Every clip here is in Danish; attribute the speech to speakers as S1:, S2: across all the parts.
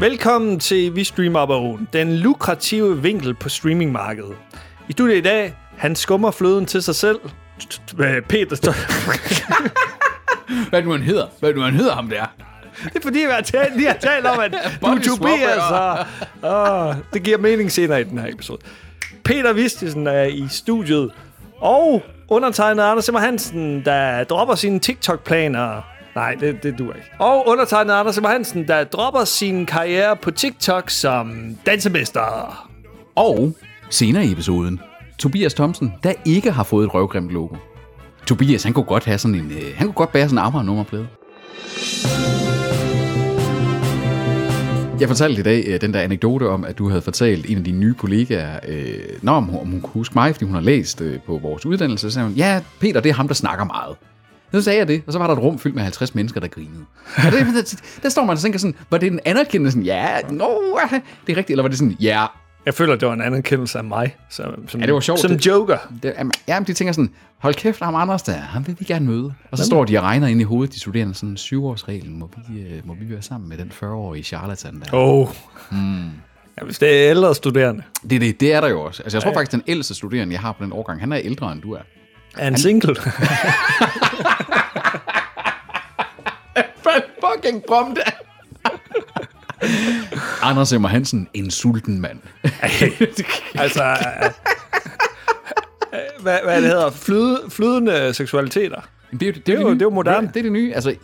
S1: Velkommen til Vi Streamer Baron, den lukrative vinkel på streamingmarkedet. I studiet i dag, han skummer fløden til sig selv. T- t- øh, Peter,
S2: Hvad nu han hedder? Hvad nu han hedder ham der?
S1: det er fordi, vi har talt, lige har talt om, at du er
S2: Bobby
S1: Tobias, og,
S2: Småbørn.
S1: og det giver mening senere i den her episode. Peter Vistisen er i studiet, og undertegnet Anders Simmer Hansen, der dropper sine TikTok-planer. Nej, det, det duer ikke. Og undertegnet Anders Simmer Hansen, der dropper sin karriere på TikTok som dansemester.
S2: Og senere i episoden, Tobias Thomsen, der ikke har fået et røvgrimt logo. Tobias, han kunne godt have sådan en, øh, han kunne godt bære sådan en armere nummerplade. Jeg fortalte i dag øh, den der anekdote om, at du havde fortalt en af dine nye kollegaer, øh, nå, om, hun, om hun kunne huske mig, fordi hun har læst øh, på vores uddannelse, så sagde hun, ja, Peter, det er ham, der snakker meget. Så sagde jeg det, og så var der et rum fyldt med 50 mennesker, der grinede. Og det, der, der står man og tænker sådan, var det en anerkendelse? Sådan, Ja, no, det er rigtigt. Eller var det sådan, ja,
S1: Jeg føler, det var en anerkendelse af mig. Som, som, ja,
S2: det var sjovt,
S1: Som
S2: det-
S1: joker.
S2: Det, jamen, jamen, de tænker sådan, hold kæft, ham Anders der, ham vil vi gerne møde. Og så står de og regner ind i hovedet, de studerende, sådan syvårsreglen, må vi, øh, må vi være sammen med den 40-årige charlatan der.
S1: Åh. Oh. Mm.
S2: Hmm.
S1: Ja, hvis det er ældre studerende.
S2: Det, er det, det er der jo også. Altså, jeg tror faktisk, den ældste studerende, jeg har på den årgang, han er ældre, end du er.
S1: Er han single?
S2: Hvad fucking brom det Anders Emmer Hansen, en sulten mand.
S1: altså... øh, øh, hvad, hvad det hedder? Flyde, flydende seksualiteter.
S2: Det er jo det,
S1: er jo- det er jo moderne. Mm.
S2: Det, det er det nye. Altså,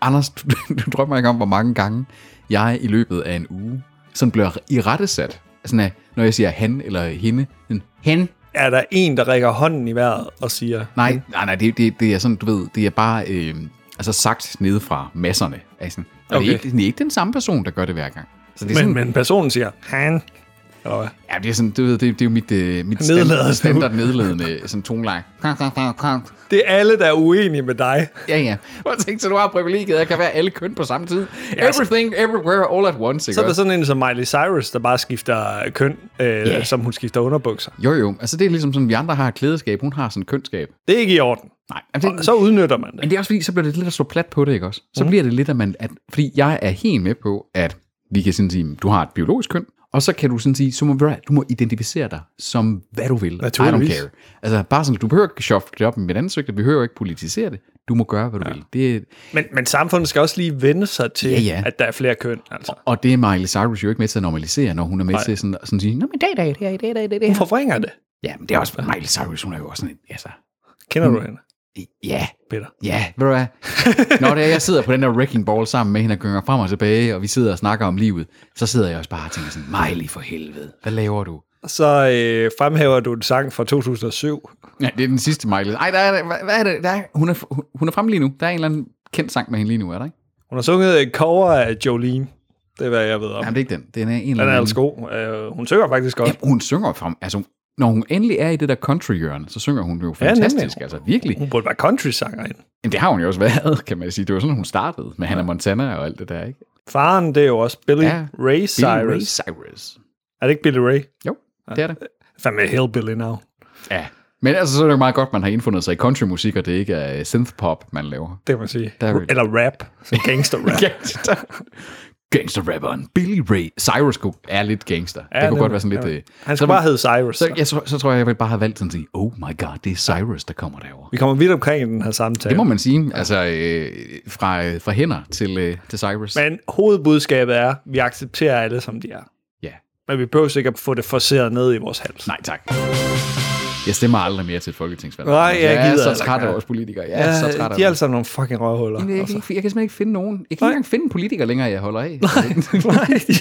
S2: Anders, du, du drømmer ikke om, hvor mange gange jeg i løbet af en uge sådan bliver i rettesat. Sådan at, når jeg siger han eller hende. Sådan, hen.
S1: Er der en, der rækker hånden i vejret og siger...
S2: Nej, nej, nej det, det, det er sådan, du ved, det er bare øh, altså sagt nede fra masserne. Altså, og okay.
S1: Okay.
S2: det, er ikke, det er ikke den samme person, der gør det hver gang. Så det er
S1: Men,
S2: sådan,
S1: men personen siger... Han. Eller hvad?
S2: Ja, det er sådan, du ved, det, det er jo mit, øh, mit
S1: Nedladende.
S2: standard, standard nedladende øh, sådan toneleje.
S1: Det er alle, der er uenige med dig.
S2: Ja, ja. Prøv at tænke, så du har privilegiet, at jeg kan være alle køn på samme tid. Everything, everywhere, all at once, ikke
S1: altså- Så er der
S2: også?
S1: sådan en som Miley Cyrus, der bare skifter køn, øh, yeah. som hun skifter underbukser.
S2: Jo, jo. Altså, det er ligesom sådan, vi andre har et klædeskab, hun har sådan et kønskab.
S1: Det er ikke i orden.
S2: Nej, altså, det,
S1: Så udnytter man det.
S2: men det er også fordi, så bliver det lidt at slå plat på det, ikke også? Så bliver det lidt, at man... At, fordi jeg er helt med på, at vi kan sådan sige, du har et biologisk køn, og så kan du sådan sige, så må, ved du hvad, du må identificere dig som, hvad du vil. I
S1: Naturligvis.
S2: don't care. Altså, bare sådan, du behøver ikke shuffle det op med mit ansigt, vi behøver ikke politisere det. Du må gøre, hvad du ja. vil. Det, er-
S1: Men, men samfundet skal også lige vende sig til,
S2: Ja, ja.
S1: at der er flere køn. Altså.
S2: Og det er Miley Cyrus jo ikke med til at normalisere, når hun er med Nej. til sådan, sådan at sige, Nå, men dag, dag, dag, dag, dag,
S1: Hun
S2: dag, dag.
S1: forvringer det.
S2: Ja, men det er også Miley Cyrus, hun er jo også sådan en, altså,
S1: Kender du hende,
S2: ja,
S1: Peter?
S2: ja, ved du hvad? Når det er, jeg sidder på den der wrecking ball sammen med hende og gynger frem og tilbage, og vi sidder og snakker om livet, så sidder jeg også bare og tænker sådan, Miley for helvede, hvad laver du?
S1: Så øh, fremhæver du en sang fra 2007.
S2: Ja, det er den sidste Miley. Ej, der er, der- hvad, hvad er det? Der er, hun, er, hun- hun er fremme lige nu. Der er en eller anden kendt sang med hende lige nu, er der ikke?
S1: Hun har sunget et cover af Jolene. Det er, hvad jeg ved om.
S2: Jamen, det er ikke den. Det er en, en eller
S1: Den er
S2: anden.
S1: altså god. Øh, hun synger faktisk godt.
S2: Ja, hun synger frem. Altså, når hun endelig er i det der country-hjørne, så synger hun jo
S1: Ja, nemlig.
S2: fantastisk. altså, virkelig.
S1: Hun burde være country-sangerinde.
S2: Jamen, det har hun jo også været, kan man sige. Det var sådan, hun startede med Hannah Montana og alt det der, ikke?
S1: Faren, det er jo også Billy
S2: Ja.
S1: Ray Cyrus.
S2: Billy Ray
S1: Ray.
S2: Cyrus.
S1: Er det ikke Billy Ray?
S2: Jo, det er det.
S1: Fandme hillbilly now.
S2: Ja. Men altså, så er det jo meget godt, man har indfundet sig i countrymusik, og det ikke er øh, synthpop, man laver.
S1: Det kan man sige.
S2: Der er vi.
S1: Eller rap. Som gangster rap.
S2: Gangster-rapperen Billy Ray Cyrus kunne- er lidt gangster. Ja, det kunne
S1: nemlig.
S2: godt være sådan lidt... Øh,
S1: Han
S2: så,
S1: skal bare hedde Cyrus.
S2: så,
S1: Så.
S2: jeg, så, så tror jeg, jeg ville bare have valgt sådan at sige, oh my god, det er Cyrus, der kommer derover.
S1: Vi kommer vidt omkring i den her samtale.
S2: Det må man sige, altså øh, fra, øh, fra hænder til, øh, til Cyrus.
S1: Men hovedbudskabet er, at vi accepterer alle, som de er.
S2: Ja.
S1: Men vi behøver sikkert få det forceret ned i vores hals.
S2: Nej, tak. Jeg stemmer aldrig mere til et folketingsvalg.
S1: Nej, jeg
S2: jeg
S1: gider
S2: er så
S1: heller
S2: træt af
S1: ikke.
S2: vores politikere. Jeg er
S1: Ja,
S2: så træt af
S1: de er
S2: dem.
S1: altså nogle fucking røvhuller.
S2: Jeg kan,
S1: altså.
S2: ikke, jeg kan simpelthen ikke finde nogen. Jeg kan ikke engang finde en politiker længere, jeg holder af.
S1: Nej,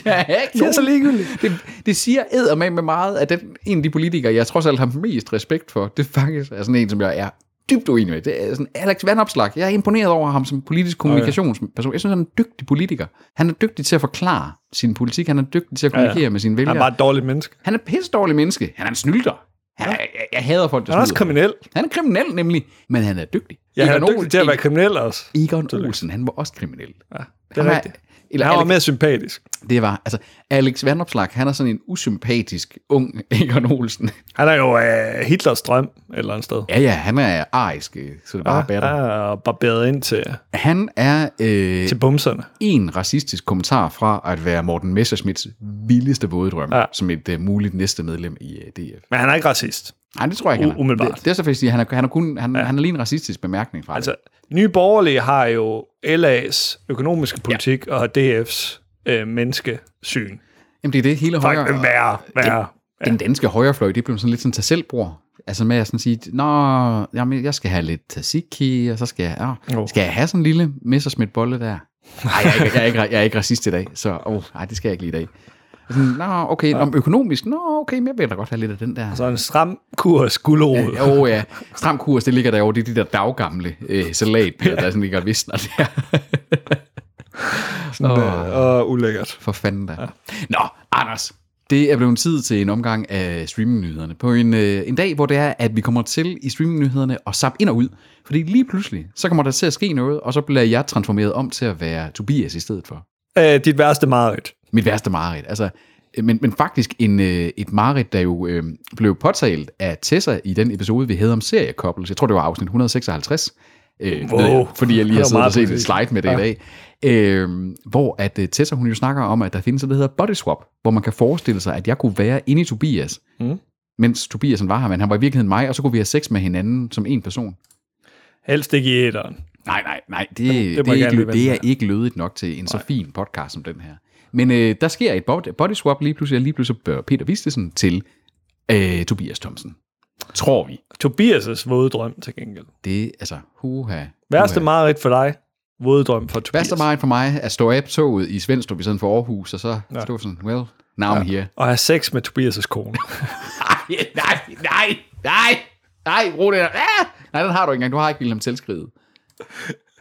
S2: jeg er ikke
S1: de er så ligegyldige.
S2: Det, det siger eddermame med meget, at den, en af de politikere, jeg trods alt har mest respekt for, det faktisk er sådan en, som jeg er dybt uenig med. Det er sådan Alex Vandopslag. Jeg er imponeret over ham som politisk kommunikationsperson. Jeg synes, han er en dygtig politiker. Han er dygtig til at forklare sin politik. Han er dygtig til at kommunikere ja, ja. med sine
S1: Han
S2: vælgere.
S1: er bare et dårligt menneske.
S2: Han er pisse dårlig menneske. Han er en snylder. Han er, jeg, jeg hader folk, der
S1: Han er også
S2: snyder.
S1: kriminel.
S2: Han er kriminel nemlig, men han er dygtig.
S1: Ja, han er
S2: Egon
S1: dygtig til at
S2: Olsen-
S1: være kriminel også.
S2: Egon Olsen, han var også kriminel.
S1: Ja, det er rigtigt.
S2: Eller
S1: Han var
S2: Alex,
S1: mere sympatisk.
S2: det var, altså, Alex Vandopslag, han er sådan en usympatisk ung Egon Olsen.
S1: Han er jo øh, Hitlers drøm et eller andet sted.
S2: Ja, ja, han er arisk, øh, så det bare ah, batter.
S1: Ja, barberet ind til,
S2: Han er øh,
S1: til bumserne.
S2: en racistisk kommentar fra at være Morten Messerschmidts vildeste våde drøm, ja. som et uh, muligt næste medlem i uh, DF.
S1: Men han er ikke racist.
S2: Nej, det tror jeg ikke, han er.
S1: U- umiddelbart.
S2: Det, det er så faktisk, at han er, han er, kun, han, ja. han er lige en racistisk bemærkning fra
S1: Altså, Nye Borgerlige har jo LA's økonomiske politik ja. og DF's øh, menneskesyn.
S2: det. Jamen, det er det hele højre.
S1: Faktisk værre, værre.
S2: ja. den danske højrefløj, det blev sådan lidt sådan tag selv -bror. Altså med at sådan sige, nå, jamen, jeg skal have lidt tzatziki, og så skal jeg,
S1: Jo.
S2: åh, skal jeg have sådan en lille messersmidt bolle der? Nej, jeg, er ikke- jeg, er ikke, jeg er ikke racist i dag, så åh, nej, det skal jeg ikke lige i dag. Sådan, nå, okay, ja. Altså, om økonomisk, nå, okay, men jeg vil da godt have lidt af den der.
S1: Så en stram kurs gulerod.
S2: Ja, åh ja, stram kurs, det ligger derovre, det er de der daggamle øh, salatbøder, der sådan ligger og visner der. øh,
S1: Ja, og ulækkert.
S2: For fanden da. Ja. Nå, Anders. Det er blevet tid til en omgang af streamingnyhederne. På en, øh, en dag, hvor det er, at vi kommer til i streamingnyhederne og zappe ind og ud. Fordi lige pludselig, så kommer der til at ske noget, og så bliver jeg transformeret om til at være Tobias i stedet for.
S1: Øh, dit værste mareridt.
S2: Mit værste mareridt. Altså, øh, men, men faktisk en, øh, et mareridt, der jo øh, blev påtalt af Tessa i den episode, vi havde om seriekoppels. Jeg tror, det var afsnit 156. Øh,
S1: Wow.
S2: ved jeg, fordi jeg lige
S1: Det var
S2: har siddet og
S1: meget
S2: set et
S1: præcist.
S2: slide med det ja. i dag. Øh, hvor at øh, Tessa, hun jo snakker om, at der findes det, der hedder body swap, hvor man kan forestille sig, at jeg kunne være inde i Tobias,
S1: Mm.
S2: mens Tobias han var her, men han var i virkeligheden mig, og så kunne vi have sex med hinanden som en person.
S1: Helst ikke i æderen.
S2: Nej, nej, nej, det, det,
S1: må
S2: det,
S1: jeg
S2: er, ikke,
S1: gerne lige
S2: lø- det
S1: vente
S2: er ikke lødigt nok til en så fin podcast som den her. Men øh, der sker et bod- body swap lige pludselig, og lige pludselig bør Peter Vistesen til øh, Tobias Thomsen. Tror vi.
S1: Tobias' våde drøm til gengæld.
S2: Det altså, huha.
S1: Værste
S2: huha.
S1: mareridt for dig. Våde drøm for Tobias.
S2: Værste meget for mig at stå af på toget i Svendstrup i stedet for Aarhus, og så ja. stå sådan, well, now I'm here.
S1: Og have sex med Tobias' kone.
S2: Nej, nej, nej, nej, nej, ro det der. Ah! Nej, den har du ikke engang. Du har ikke Wilhelm Telskriget.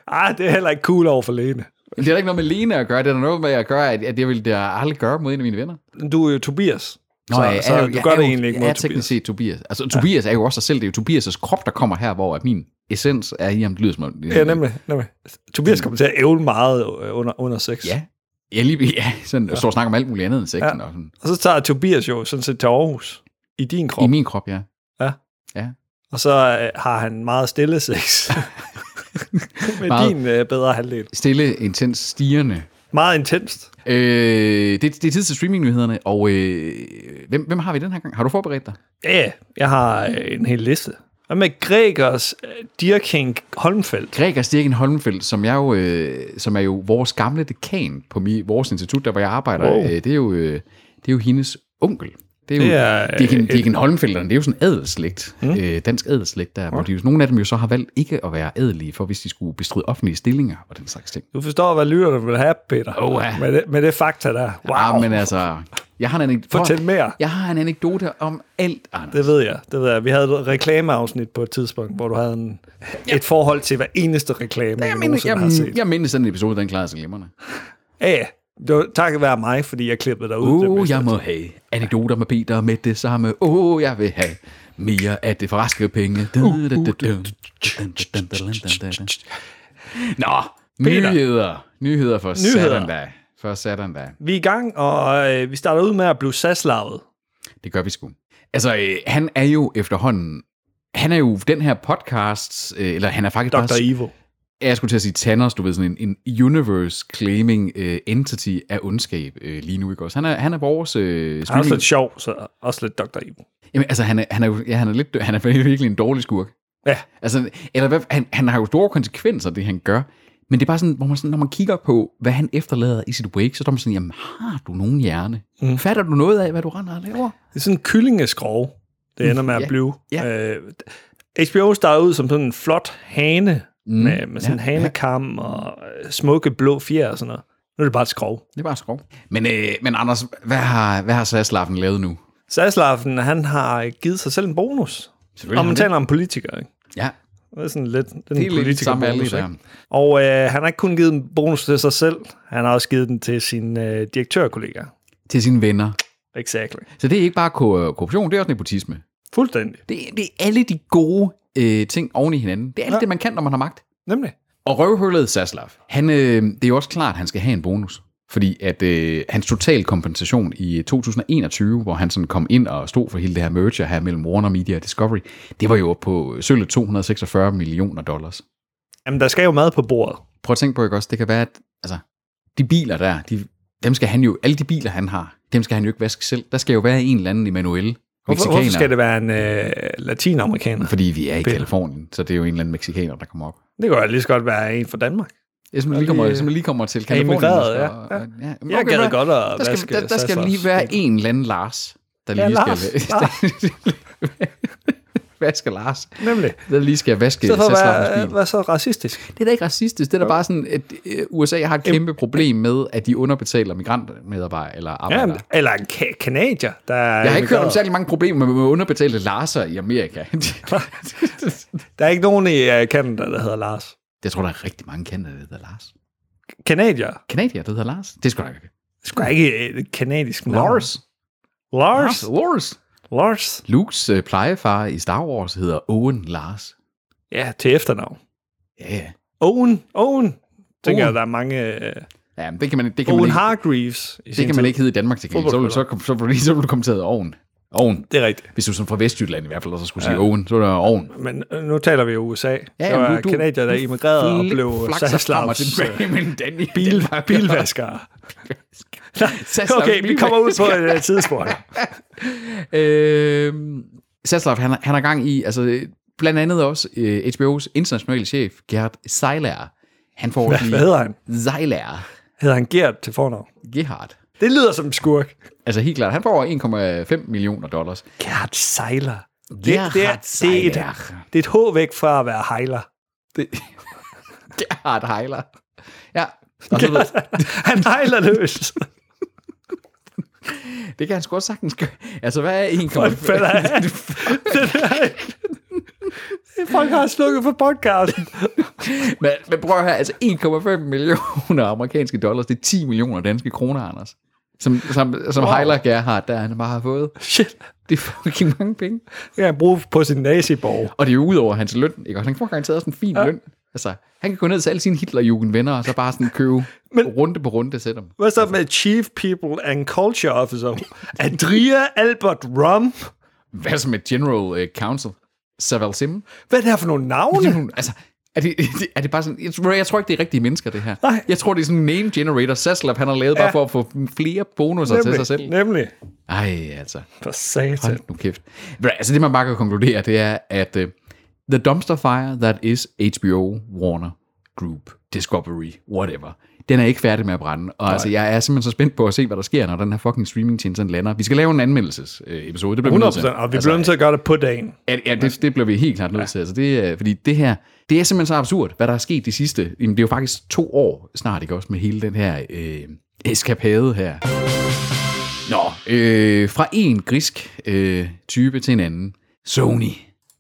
S1: Ah, det er heller ikke cool over for Lene.
S2: Det er da ikke noget med Lena at gøre. Det er da noget med at gøre, at, at jeg ville det aldrig gøre mod en af mine venner.
S1: Du er jo Tobias.
S2: Nå,
S1: så,
S2: ja, jeg
S1: så
S2: er jo-
S1: du
S2: jeg
S1: gør
S2: er
S1: det
S2: jo-
S1: egentlig ikke
S2: Jeg
S1: mod
S2: er teknisk
S1: Tobias.
S2: set Tobias. Altså, Tobias er jo også sig selv. Det er jo Tobias' krop, der kommer her, hvor at min essens er i ham. Det lyder som om...
S1: Ja, nemlig, nemlig. Tobias kommer til at ævle meget øh, under, under sex.
S2: Ja. Jeg lige, ja, sådan, ja. står og snakker om alt muligt andet end sexen. Ja. Og sådan.
S1: Og så tager Tobias jo sådan set til Aarhus. I din krop.
S2: I min krop, ja.
S1: Og så øh, har han meget stille sex. med
S2: Meget.
S1: din øh, bedre halvdel.
S2: Stille, intens, stigende.
S1: Meget intenst.
S2: Øh, det, det er tid til streamingnyhederne, og øh, hvem, hvem har vi den her gang? Har du forberedt dig?
S1: Ja, yeah, jeg har øh, en hel liste. Hvad med Gregers øh, Dirking Holmfeldt?
S2: Gregers Dirken Holmfeldt, som, jeg jo, øh, som er jo vores gamle dekan på mi, vores institut, der hvor jeg arbejder,
S1: Wow.
S2: øh, det, er jo, øh, det er jo hendes onkel. Det er jo
S1: Det er, øh,
S2: Dirken,
S1: et-
S2: Dirken Holmfelderne, det er jo sådan adelslægt, mm. øh, dansk adelslægt, der, hvor de, jo- nogle af dem jo så har valgt ikke at være adelige, for hvis de skulle bestride offentlige stillinger og den slags ting.
S1: Du forstår, hvad lytterne vil have, Peter.
S2: Oha.
S1: med, det, med det fakta der. Wow.
S2: Ah, men altså, jeg har en anekdote,
S1: Fortæl mere.
S2: Jeg har en anekdote om alt, Anders.
S1: Det ved jeg, det ved jeg. Vi havde et reklameafsnit på et tidspunkt, hvor du havde en, et forhold til hver eneste reklame, jeg
S2: Jeg, mindes,
S1: nogensinde har
S2: jeg,
S1: set.
S2: jeg mindes den episode, den klarede sig glimrende.
S1: Ja, det var takket være mig, fordi jeg klippede dig ud. det
S2: Åh, oh,
S1: meste.
S2: jeg må have anekdoter med Peter med det samme. Åh, oh, jeg vil have mere af det for raske penge. Da, da, da, da, da, da, da, da, da, da. Nå,
S1: Peter.
S2: nyheder. Nyheder for
S1: Nyheder.
S2: satan da. For satan da.
S1: Vi er i gang, og øh, vi starter ud med at blive saslavet.
S2: Det gør vi sgu. Altså, øh, han er jo efterhånden... Han er jo den her podcast, øh, eller han er faktisk
S1: Dr.
S2: bare
S1: Evil.
S2: Ja, jeg skulle til at sige Thanos, du ved, sådan en, en universe-claiming uh, entity af ondskab uh, lige nu, ikke også? Han er, han er vores uh,
S1: Han er også
S2: streaming...
S1: lidt sjov, så også lidt Dr. Evil.
S2: Jamen, altså, han er, han er, jo- ja, han er, lidt, dø- han er virkelig en dårlig skurk.
S1: Ja.
S2: Altså, eller hvad, han, han har jo store konsekvenser, det han gør. Men det er bare sådan, hvor man sådan, når man kigger på, hvad han efterlader i sit wake, så er man sådan, jamen, har du nogen hjerne? Mm. Fatter du noget af, hvad du render og laver?
S1: Det er sådan en kyllingeskrog, det ender med at
S2: Ja,
S1: blive.
S2: ja.
S1: Øh, HBO starter ud som sådan en flot hane, mm, med, med sådan en hanekam og øh, smukke blå fjer og sådan noget. Nu er det bare et skrog.
S2: Det er bare skrov. Men, øh, men Anders, hvad har, hvad har Saslaffen lavet nu?
S1: Saslaffen, han har givet sig selv en bonus.
S2: Selvfølgelig
S1: Og
S2: har
S1: man
S2: han
S1: taler om politikere, ikke?
S2: Ja,
S1: Det er sådan lidt det er
S2: det er
S1: en
S2: lidt samme alle
S1: politikerbonus,
S2: der.
S1: ikke? Og øh, han har ikke kun givet en bonus til sig selv, han har også givet den til sine øh, direktørkollegaer.
S2: Til sine venner.
S1: Exactly.
S2: Så det er ikke bare ko- korruption, det er også nepotisme.
S1: Fuldstændig.
S2: Det, er- det er alle de gode øh, ting oven i hinanden. Det er alt ja. det, man kan, når man har magt.
S1: Nemlig.
S2: Og røvhullet Saslav, han, øh, det er jo også klart, at han skal have en bonus. Fordi at øh, hans total kompensation i øh, 2021, hvor han sådan kom ind og stod for hele det her merger her mellem Warner Media og Discovery, det var jo oppe på sølle 246 millioner dollars.
S1: Jamen, der skal jo mad på bordet.
S2: Prøv at tænke på, ikke også? Det kan være, at altså, de biler der, de, dem skal han jo, alle de biler han har, dem skal han jo ikke vaske selv. Der skal jo være en eller anden Emanuel,
S1: Hvorfor, hvorfor skal det være en øh, latinamerikaner?
S2: Fordi vi er i
S1: Peter?
S2: Kalifornien, så det er jo en eller anden mexikaner, der kommer op.
S1: Det kunne jo lige så godt være en fra Danmark.
S2: Jeg simpelthen lige
S1: Og
S2: kommer,
S1: lige-
S2: som lige kommer til Kalifornien.
S1: emigreret,
S2: og skal-
S1: ja.
S2: og-
S1: Ja.
S2: og- ja. Men
S1: Jeg
S2: okay,
S1: gad
S2: men
S1: godt at
S2: Der skal,
S1: vaske
S2: der, der skal
S1: sassers.
S2: lige være en eller anden Lars, der lige
S1: Ja,
S2: skal...
S1: Lars.
S2: vaske Lars,
S1: Nemlig.
S2: der lige skal vaske
S1: I stedet for at
S2: Sasslavens
S1: være,
S2: bil.
S1: være så racistisk.
S2: Det er da ikke racistisk, det er da bare sådan, at øh, USA har et kæmpe problem med, at de underbetaler migrantmedarbejdere eller
S1: Ja,
S2: arbejdere.
S1: eller en ka- kanadier, der er
S2: Jeg har ikke hørt om
S1: emigreret.
S2: særlig mange problemer med underbetalte Larser i Amerika.
S1: Der er ikke nogen i øh, Canada, der hedder Lars.
S2: Jeg tror, der er rigtig mange kanadier, der hedder Lars.
S1: Kanadier.
S2: Kanadier, der hedder Lars? Det skulle da ikke.
S1: Det skulle ikke øh, et kanadisk navn.
S2: Lars.
S1: Lars.
S2: Lars.
S1: Lars.
S2: Lukes øh, plejefar i Star Wars hedder Owen Lars.
S1: Ja, til efternavn.
S2: Ja, ja.
S1: Owen. Owen. Tænker
S2: Owen.
S1: jeg, der er mange... Øh,
S2: Ja, men det kan man, det kan man
S1: Owen
S2: ikke,
S1: Hargreaves. I
S2: det kan man ikke hedde i Danmark til gengæld. Så vil du- så, så, så, vil du- så vil du komme til at hedde Owen. Owen.
S1: Det er rigtigt.
S2: Hvis du er sådan fra Vestjylland i hvert fald, og så skulle sige Owen, så er der Owen.
S1: Men øh, nu taler vi jo USA. Ja, der
S2: jamen,
S1: var kanadier, der
S2: du
S1: immigrerede og
S2: fl-
S1: blev
S2: flakser frem og
S1: Saslavs
S2: tilbage mellem Danmark og
S1: bil,
S2: Danmark.
S1: bilvaskere.
S2: Saslavs
S1: okay, vi kommer ud på
S2: bilvaskere.
S1: et uh, tidsspor.
S2: Øh, Saslav, han, har- han har gang i, altså øh, blandt andet også øh, HBO's internationale chef, Gert Seiler. Han får
S1: Hvad hedder han?
S2: Seiler.
S1: Hedder han Gert til fornavn?
S2: Gerhard.
S1: Det lyder som en skurk.
S2: Altså helt klart, han får 1,5 millioner dollars.
S1: Gert Seiler. Det, det, er,
S2: Gerhard
S1: det, er et,
S2: Seiler.
S1: det er et H væk fra at være hejler.
S2: Det, Gerhard Heiler. Ja, og så, ved-
S1: Han hejler løs.
S2: det kan han sgu også sagtens gøre. Altså, hvad er
S1: Folk falder af.
S2: 1,5?
S1: Det er- Folk har slukket for podcasten.
S2: men, men prøv at høre, altså 1,5 millioner amerikanske dollars, det er 10 millioner danske kroner, Anders. Som, som, som wow. Heiler Gerhard, der han bare har fået.
S1: Shit.
S2: Det er fucking mange penge.
S1: Det kan han bruge på sin naziborg.
S2: Og det er jo ud over hans løn, ikke? Og han får garanteret også en fin ja. løn. Altså, han kan gå ned til alle sine Hitlerjugendvenner, og så bare sådan købe men, runde på runde til dem.
S1: Hvad så med Chief People and Culture Officer? Adria Albert Rum.
S2: Hvad så med General uh, Counsel? Saval Sim?
S1: Hvad er det her for nogle navne?
S2: Altså, er det, er det bare sådan... Jeg tror, jeg tror ikke, det er rigtige mennesker, det her.
S1: Nej.
S2: Jeg tror, det er sådan en name generator, Saslav, han har lavet ja. bare
S1: Ja.
S2: for at få flere bonusser Nemlig. til sig selv.
S1: Nemlig.
S2: Ej, altså.
S1: For satan.
S2: Hold nu kæft. Ved du, Altså, det man bare kan konkludere, det er, at uh, the dumpster fire that is HBO, Warner, Group, Discovery, whatever, den er ikke færdig med at brænde. Og altså, jeg er simpelthen så spændt på at se, hvad der sker, når den her fucking streamingtjeneste den lander. Vi skal lave en anmeldelses-episode. Det bliver vi nødt til.
S1: 100%. Og vi
S2: Altså,
S1: bliver nødt til at gøre det på dagen.
S2: Ja, ja det, det bliver vi helt klart nødt til. Altså, det, er- fordi det her, det er simpelthen så absurd, hvad der er sket de sidste, jamen, det er jo faktisk to år snart, ikke også, med hele den her øh, eskapade her. Nå, øh, fra en grisk øh, type til en anden. Sony.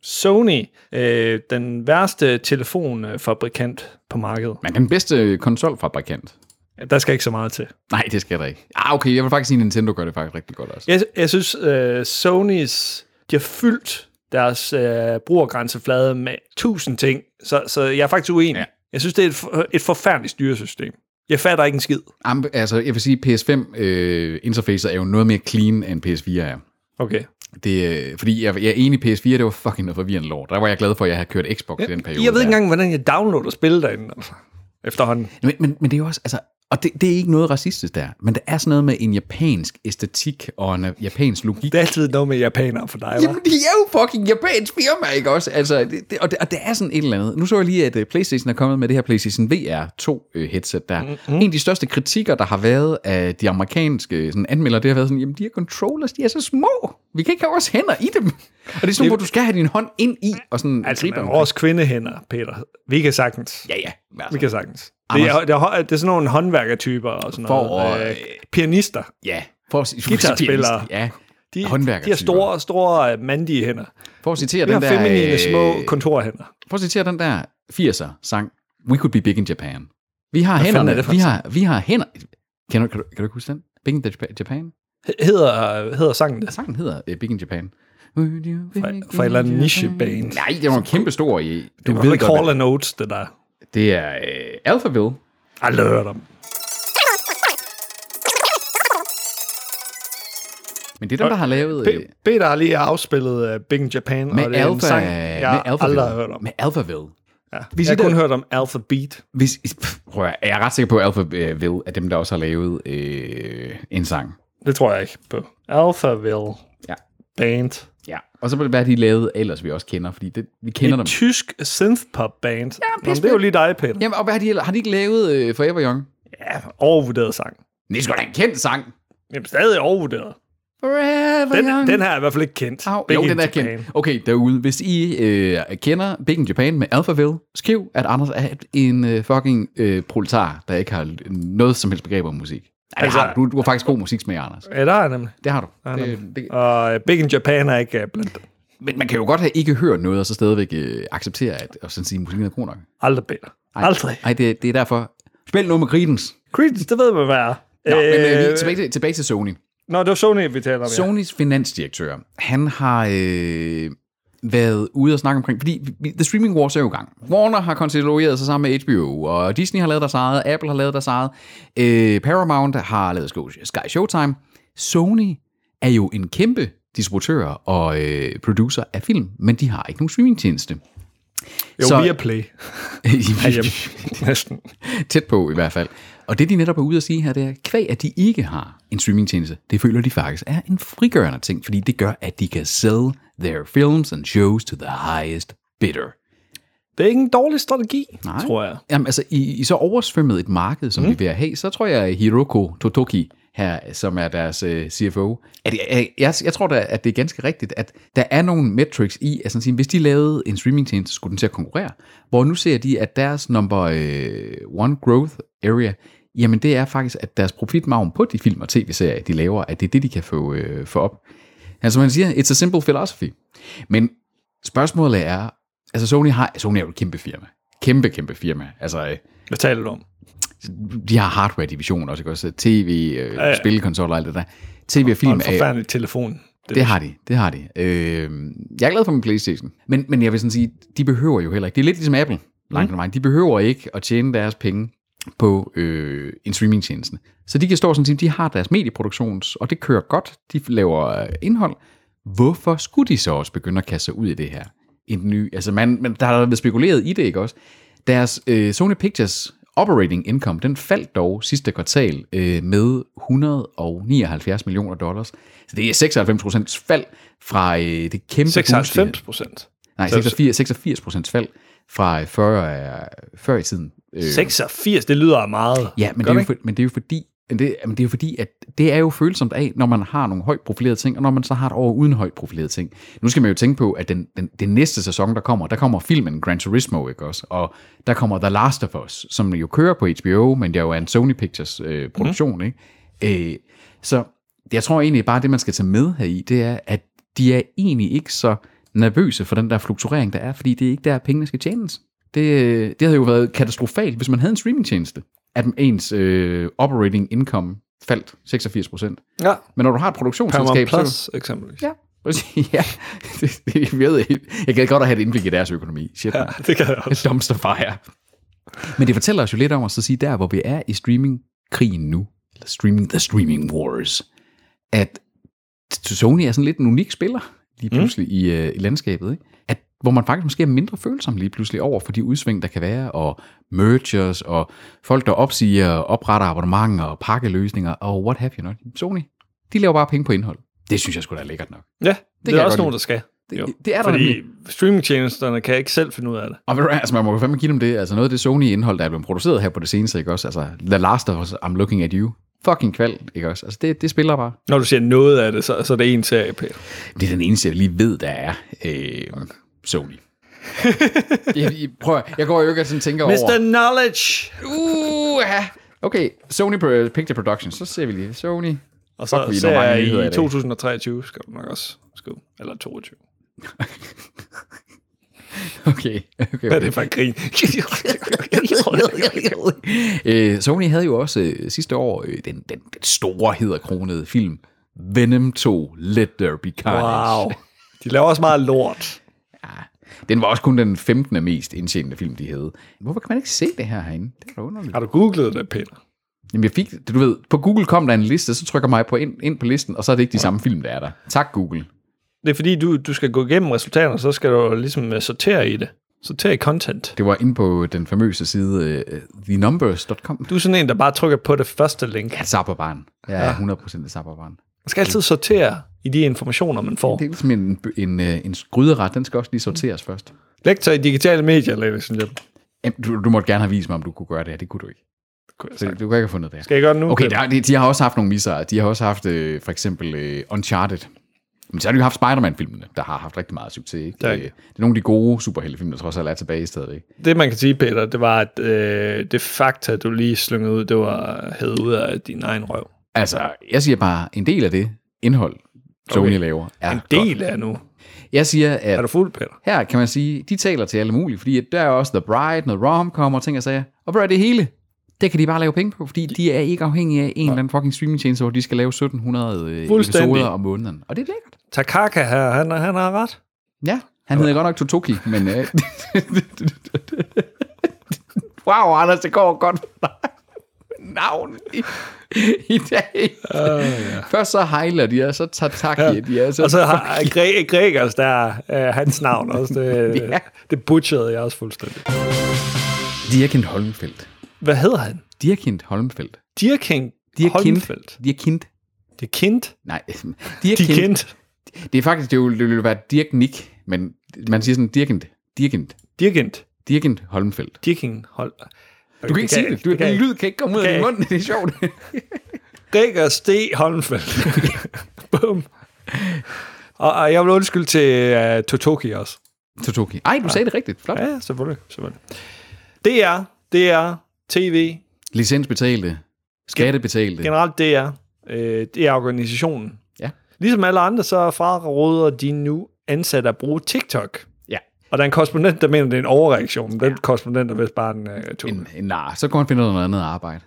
S1: Sony, øh, den værste telefonfabrikant på markedet.
S2: Man kan den bedste konsolfabrikant.
S1: Ja, Der skal ikke så meget til.
S2: Nej, det skal der ikke. Ah, okay, jeg vil faktisk sige, at Nintendo gør det faktisk rigtig godt også.
S1: Jeg, jeg synes, øh, Sonys, de har fyldt deres øh, brugergrænseflade med tusind ting, så, så jeg er faktisk uenig.
S2: Ja.
S1: Ja. Jeg synes, det er et, for- et forfærdeligt styresystem. Jeg fatter ikke en skid.
S2: Am- Altså, jeg vil sige, PS5-interfacet øh, er jo noget mere clean, end PS4 er.
S1: Okay.
S2: Det, øh, fordi jeg, jeg er enig, PS4, det var fucking noget forvirrende lort. Der var jeg glad for, at jeg havde kørt Xbox i den periode.
S1: Jeg ved
S2: der.
S1: ikke engang, hvordan jeg downloader spil derinde, altså. Efterhånden.
S2: Men, men, men det er jo også, altså, og det, det er ikke noget racistisk der, men der er sådan noget med en japansk æstetik og en øh, japansk logik.
S1: Det er altid noget med japanere for dig, hva'?
S2: Jamen, de er jo fucking japansk firma, ikke også? Altså, det, det, og, det, og det er sådan et eller andet. Nu så jeg lige, at øh, PlayStation er kommet med det her PlayStation VR 2-headset der. Mm-hmm. En af de største kritikker, der har været af de amerikanske øh, sådan, anmeldere, det har været sådan, jamen, de her controllers, de er så små. Vi kan ikke have vores hænder i dem. Og det er sådan, hvor du skal have din hånd ind i, og sådan
S1: Altså,
S2: gribe
S1: men
S2: dem.
S1: vores kvindehænder, Peter. Vi kan sagtens.
S2: Ja, ja. men
S1: Vi
S2: Altså,
S1: kan sagtens. Det er,
S2: Anders-
S1: det, er, hø- det er sådan nogle håndværkertyper og sådan
S2: For
S1: noget.
S2: at-
S1: Øh, pianister.
S2: ja. For at sige-
S1: Guitarspillere.
S2: Ja.
S1: De, de
S2: Håndværkertyper.
S1: har store, store øh, mandige hænder.
S2: For at citere
S1: Vi har
S2: den der...
S1: feminine små
S2: øh,
S1: kontorhænder.
S2: prøv at citere den der 80'er sang, We Could Be Big in Japan. Vi har hænderne,
S1: fanden er det for
S2: vi
S1: en
S2: har, vi har hænder... Kan du, kan, du, kan du ikke huske den? Big in the Japa- Japan?
S1: Hedder, hedder sangen det?
S2: Sangen hedder uh, Big in Japan. Fra,
S1: fra et eller andet nicheband.
S2: Nej, det var en kæmpe stor i. Du
S1: Du ved godt, Call and Oates, det der.
S2: øh, hvad- Det er uh, Alphaville.
S1: Aldrig hørt om.
S2: Men det er dem, der har lavet... øh,
S1: P- Peter har lige afspillet uh, Big in Japan, og
S2: Med
S1: det er en
S2: Alpha,
S1: sang,
S2: med
S1: jeg aldrig har hørt
S2: Alphaville.
S1: om.
S2: Med Alphaville.
S1: Ja.
S2: Hvis
S1: Hvis jeg
S2: I
S1: har kun
S2: der-
S1: hørt om Alpha Beat.
S2: Hvis, pff, prøv at, høre, jeg er ret sikker på, at Alphaville er dem, der også har lavet øh, en sang.
S1: Det tror jeg ikke på. Alphaville
S2: Ja.
S1: Band.
S2: Ja. Og så må det være, at de lavede ellers, vi også kender, fordi det, vi kender dem.
S1: Et tysk synthpop band. Ja, Nå, men
S2: pis
S1: det er jo
S2: med.
S1: lige dig, Peter.
S2: Jamen, og hvad har de, ellers- har de ikke lavet øh, Forever Young?
S1: Ja, overvurderet sang.
S2: Det er sgu da en kendt sang.
S1: Jamen, stadig overvurderet.
S2: Forever
S1: Den,
S2: Young.
S1: den her er i hvert fald ikke kendt.
S2: Au,
S1: Big
S2: jo,
S1: in
S2: den er
S1: Japan.
S2: kendt. Okay, derude. Hvis I øh, kender Big in Japan med Alphaville, skriv, at Anders er en øh, fucking øh, proletar, der ikke har l- noget som helst begreb om musik. Ej, altså,
S1: Altså-
S2: har du. du. Du har faktisk god musik med, Anders.
S1: Ja, der er nemlig.
S2: Det har du.
S1: nemlig.
S2: Det, det,
S1: Og øh, Big in Japan er ikke øh, blandt dem.
S2: men man kan jo godt have ikke hørt noget, og så stadigvæk øh, acceptere, at og sådan sige, musikken er god nok.
S1: Aldrig Peter. Aldrig.
S2: Nej, det, det er derfor. Spil noget med Creedence.
S1: Creedence, det ved man, hvad er.
S2: Nå, øh, men, øh,
S1: Øh,
S2: lige tilbage, til, tilbage til Sony.
S1: Nå, det var Sony, vi taler om. ja.
S2: Sonys finansdirektør, han har øh, været ude og snakke omkring, fordi vi- The Streaming Wars er jo i gang. Warner har konsolideret sig sammen med HBO, og Disney har lavet deres eget, Apple har lavet deres eget, øh, Paramount har lavet Sky- Sky Showtime. Sony er jo en kæmpe distributør og øh, producer af film, men de har ikke nogen streamingtjeneste.
S1: Jo,
S2: Så-
S1: så... Viaplay. Herhjemme. Næsten.
S2: Tæt på i hvert fald. Og det, de netop er ude at sige her, det er, kvæg at de ikke har en streamingtjeneste, det føler de faktisk er en frigørende ting, fordi det gør, at de kan sell their films and shows to the highest bidder.
S1: Det er ikke en dårlig strategi,
S2: Nej.
S1: Nej. tror jeg.
S2: Jamen, altså, i, i så oversvømmet et marked, som mm. vi er ved at have, så tror jeg, at Hiroko Totoki her, som er deres øh, CFO, at, jeg, jeg, jeg tror da, at det er ganske rigtigt, at der er nogle metrics i, at sådan sige, hvis de lavede en streamingtjeneste, skulle den til at konkurrere, hvor nu ser de, at deres number øh, one growth area, jamen det er faktisk, at deres profitmargen på de film og tv-serier, de laver, at det er det, de kan få, øh, få op. Altså man siger, it's a simple philosophy. Men spørgsmålet er, altså Sony, har, Sony er jo et kæmpe firma. Kæmpe, kæmpe firma. Altså, øh,
S1: Hvad taler du om?
S2: de har hardware-division også, ikke også? TV, øh, ja,
S1: ja.
S2: spilkonsoller og alt det der. TV og
S1: Og
S2: film
S1: en
S2: er,
S1: forfærdelig telefon. Det,
S2: det har de, det har de. Øh, jeg er glad for min Playstation. Men, men jeg vil sådan sige, de behøver jo heller ikke. Det er lidt ligesom Apple, langt mm. vejen. De behøver ikke at tjene deres penge på øh, en streamingtjeneste. Så de kan stå sådan og sige, de har deres medieproduktions, og det kører godt. De laver øh, indhold. Hvorfor skulle de så også begynde at kaste sig ud i det her? En ny, altså man, man, der har været spekuleret i det, ikke også? Deres øh, Sony Pictures operating income, den faldt dog sidste kvartal øh, med 179 millioner dollars. Så det er 96 procents fald fra øh, det kæmpe boost, de havde.
S1: 96 procent.
S2: Nej,
S1: Så-
S2: 86, 86 procents fald fra øh, før, øh, før i tiden. Øh,
S1: 86, det lyder af meget.
S2: ja,
S1: Gør
S2: men det, er jo,
S1: ikke?
S2: for, men det er jo fordi, men det, men det er jo fordi, at det er jo følsomt af, når man har nogle højt profilerede ting, og når man så har et år uden højt profilerede ting. Nu skal man jo tænke på, at den, den, den næste sæson, der kommer, der kommer filmen Gran Turismo, ikke også? Og der kommer The Last of Us, som jo kører på HBO, men det er jo en Sony Pictures
S1: Mhm.
S2: øh, produktion, mm. ikke? Øh, så jeg tror egentlig bare, det man skal tage med her i, det er, at de er egentlig ikke så nervøse for den der flukturering, der er, fordi det er ikke der, pengene skal tjenes. Det, øh, det havde jo været katastrofalt, hvis man havde en streamingtjeneste, at ens øh, operating income faldt 86 procent.
S1: Ja.
S2: Men når du har et produktionsselskab,
S1: Paramount
S2: så... er
S1: Plus, eksempelvis.
S2: du- Ja, præcis. ja. Det, det, jeg, ved, ikke. jeg gad godt at have et indblik i deres økonomi. Shit, ja.
S1: det kan jeg også.
S2: dumpster fire. Men det fortæller os jo lidt om at så sige, der hvor vi er i streamingkrigen nu, eller streaming, the streaming wars, at Sony er sådan lidt en unik spiller lige pludselig mm. i, øh, i landskabet, ikke? At, hvor man faktisk måske er mindre følsom lige pludselig over for de udsving, der kan være, og mergers, og folk, der opsiger, opretter abonnementer, og pakkeløsninger, og what have you not. Sony, de laver bare penge på indhold. Det synes jeg skulle da er lækkert nok.
S1: Ja, det,
S2: kan
S1: det er
S2: jeg
S1: også
S2: godt
S1: nogen, der skal.
S2: Det-
S1: Jo.
S2: det er der
S1: Fordi streamingtjenesterne kan ikke selv finde ud af det.
S2: Og ved du hvad, altså man må jo fandme give dem det. Altså noget af det Sony-indhold, der er blevet produceret her på det seneste, ikke også? Altså The Last of Us, I'm Looking At You. Fucking kval, ikke også? Altså det, det spiller bare.
S1: Når du siger noget af det, så, så er det en serie, Peter.
S2: Det er den eneste, jeg lige ved, der er øh, Sony. jeg, jeg- prøv, at- jeg går jo ikke og sådan tænker
S1: Mr.
S2: over...
S1: Knowledge!
S2: Uh, okay, Sony Pro- øh, Picture Productions, så ser vi lige. Sony.
S1: Og
S2: Fuck, vi er
S1: så ser
S2: nogle mange
S1: jeg
S2: nyheder i
S1: i
S2: dag.
S1: 2023, skal du nok også skrive. Eller 22.
S2: Okay, okay.
S1: Hvad er det for en krig?
S2: øh, Sony havde jo også øh, sidste år øh, den, den, den store hedderkronede film Venom 2 Let There Be Carnage.
S1: wow. De laver også meget lort.
S2: Den var også kun den 15. mest indtjenende film, de havde. Hvorfor kan man ikke se det her herinde? Det er da underligt.
S1: Har du googlet det, Peter?
S2: Jamen jeg fik, du ved, på Google kom der en liste, så trykker mig på ind, ind på listen, og så er det ikke de samme film, der er der. Tak Google.
S1: Det er fordi, du, du skal gå igennem resultaterne, så skal du ligesom øh, sortere i det. Sortere i content.
S2: Det var inde på den famøse side uh, thenumbers.com.
S1: Du er sådan en, der bare trykker på det første link.
S2: Ja, Zapperbarn. Jeg er 100% et Zapperbarn.
S1: Man skal altid sortere i de informationer, man får.
S2: Det er ligesom en, en, øh, en gryderret, den skal også lige sorteres først.
S1: Lektor i digitale medier, Levis. Det
S2: Jamen, du, du måtte gerne have vist mig, om du kunne gøre det her. Det kunne du ikke.
S1: kunne jeg
S2: Så
S1: sagt.
S2: du kan ikke have fundet det her.
S1: Skal jeg gøre det nu?
S2: Okay, der, de, de har også haft nogle misser. De har også haft øh, for eksempel øh, Uncharted. Men så har de jo haft Spider-Man-filmene, der har haft rigtig meget succes. Ikke?
S1: Ja.
S2: Øh, Det er nogle af de gode superheltefilm, der trods alt er tilbage stadigvæk.
S1: Det, man kan sige, Peter, det var, at øh, det fakta, du lige slyngede ud, det var hævet ud af din egen røv.
S2: Altså, jeg siger bare, en del af det indhold, Sony
S1: Okay.
S2: okay. laver, er
S1: En
S2: Godt.
S1: del af nu.
S2: Jeg siger, at
S1: Er du fuld, Peter?
S2: her kan man sige, de taler til alle mulige, fordi at der er også The Bride, noget rom-com og ting og sager. Og hvad er det hele? Det kan de bare lave penge på, fordi de er ikke afhængige af en eller anden fucking streamingtjeneste, hvor de skal lave 1700 øh,
S1: Fuldstændig.
S2: episoder om måneden. Og det er lækkert.
S1: Takaka her, han, han har ret.
S2: Ja, han hedder godt nok Totoki, men... Øh, wow, Anders, det går godt for dig. Navn i, i dag. Uh, yeah. Først så Heiler de, og så Tataki de, og så...
S1: Og så har Gre- Gregers, der øh, hans navn også, det,
S2: Ja.
S1: det butcherede jeg også fuldstændig.
S2: Dirkind Holmfeldt.
S1: Hvad hedder han?
S2: Dirkind Holmfeldt.
S1: Dirking
S2: Dirkind.
S1: Holmfeldt.
S2: Dirkind.
S1: Det er Kind.
S2: Nej,
S1: De er
S2: Dirkind.
S1: Kind.
S2: Det er faktisk, det ville, det ville være Dirk Nick, men man siger sådan Dirkind. Dirkind.
S1: Dirkind.
S2: Dirkind Holmfeldt.
S1: Dirking Holm. Okay,
S2: Du kan ikke sige det. Du,
S1: kan
S2: den
S1: jeg ikke.
S2: lyd kan ikke komme ud af
S1: kan
S2: din
S1: jeg
S2: mund. Det er sjovt.
S1: Gregers D. Holmfeldt. Bum. Og, og jeg vil undskylde til uh, Totoki også.
S2: Totoki. Ej, du sagde det rigtigt. Flot.
S1: Ja, ja, selvfølgelig. selvfølgelig. DR, DR, TV,
S2: Licensbetalte, skattebetalte.
S1: generelt DR, øh, det er organisationen.
S2: Ja.
S1: Ligesom alle andre, så fraråder de nu ansatte at bruge TikTok.
S2: Ja.
S1: Og der er en korrespondent, der mener, det er en overreaktion. Den korrespondent er vist bare en øh, tog.
S2: En, en nar. Så kunne han finde noget andet arbejde.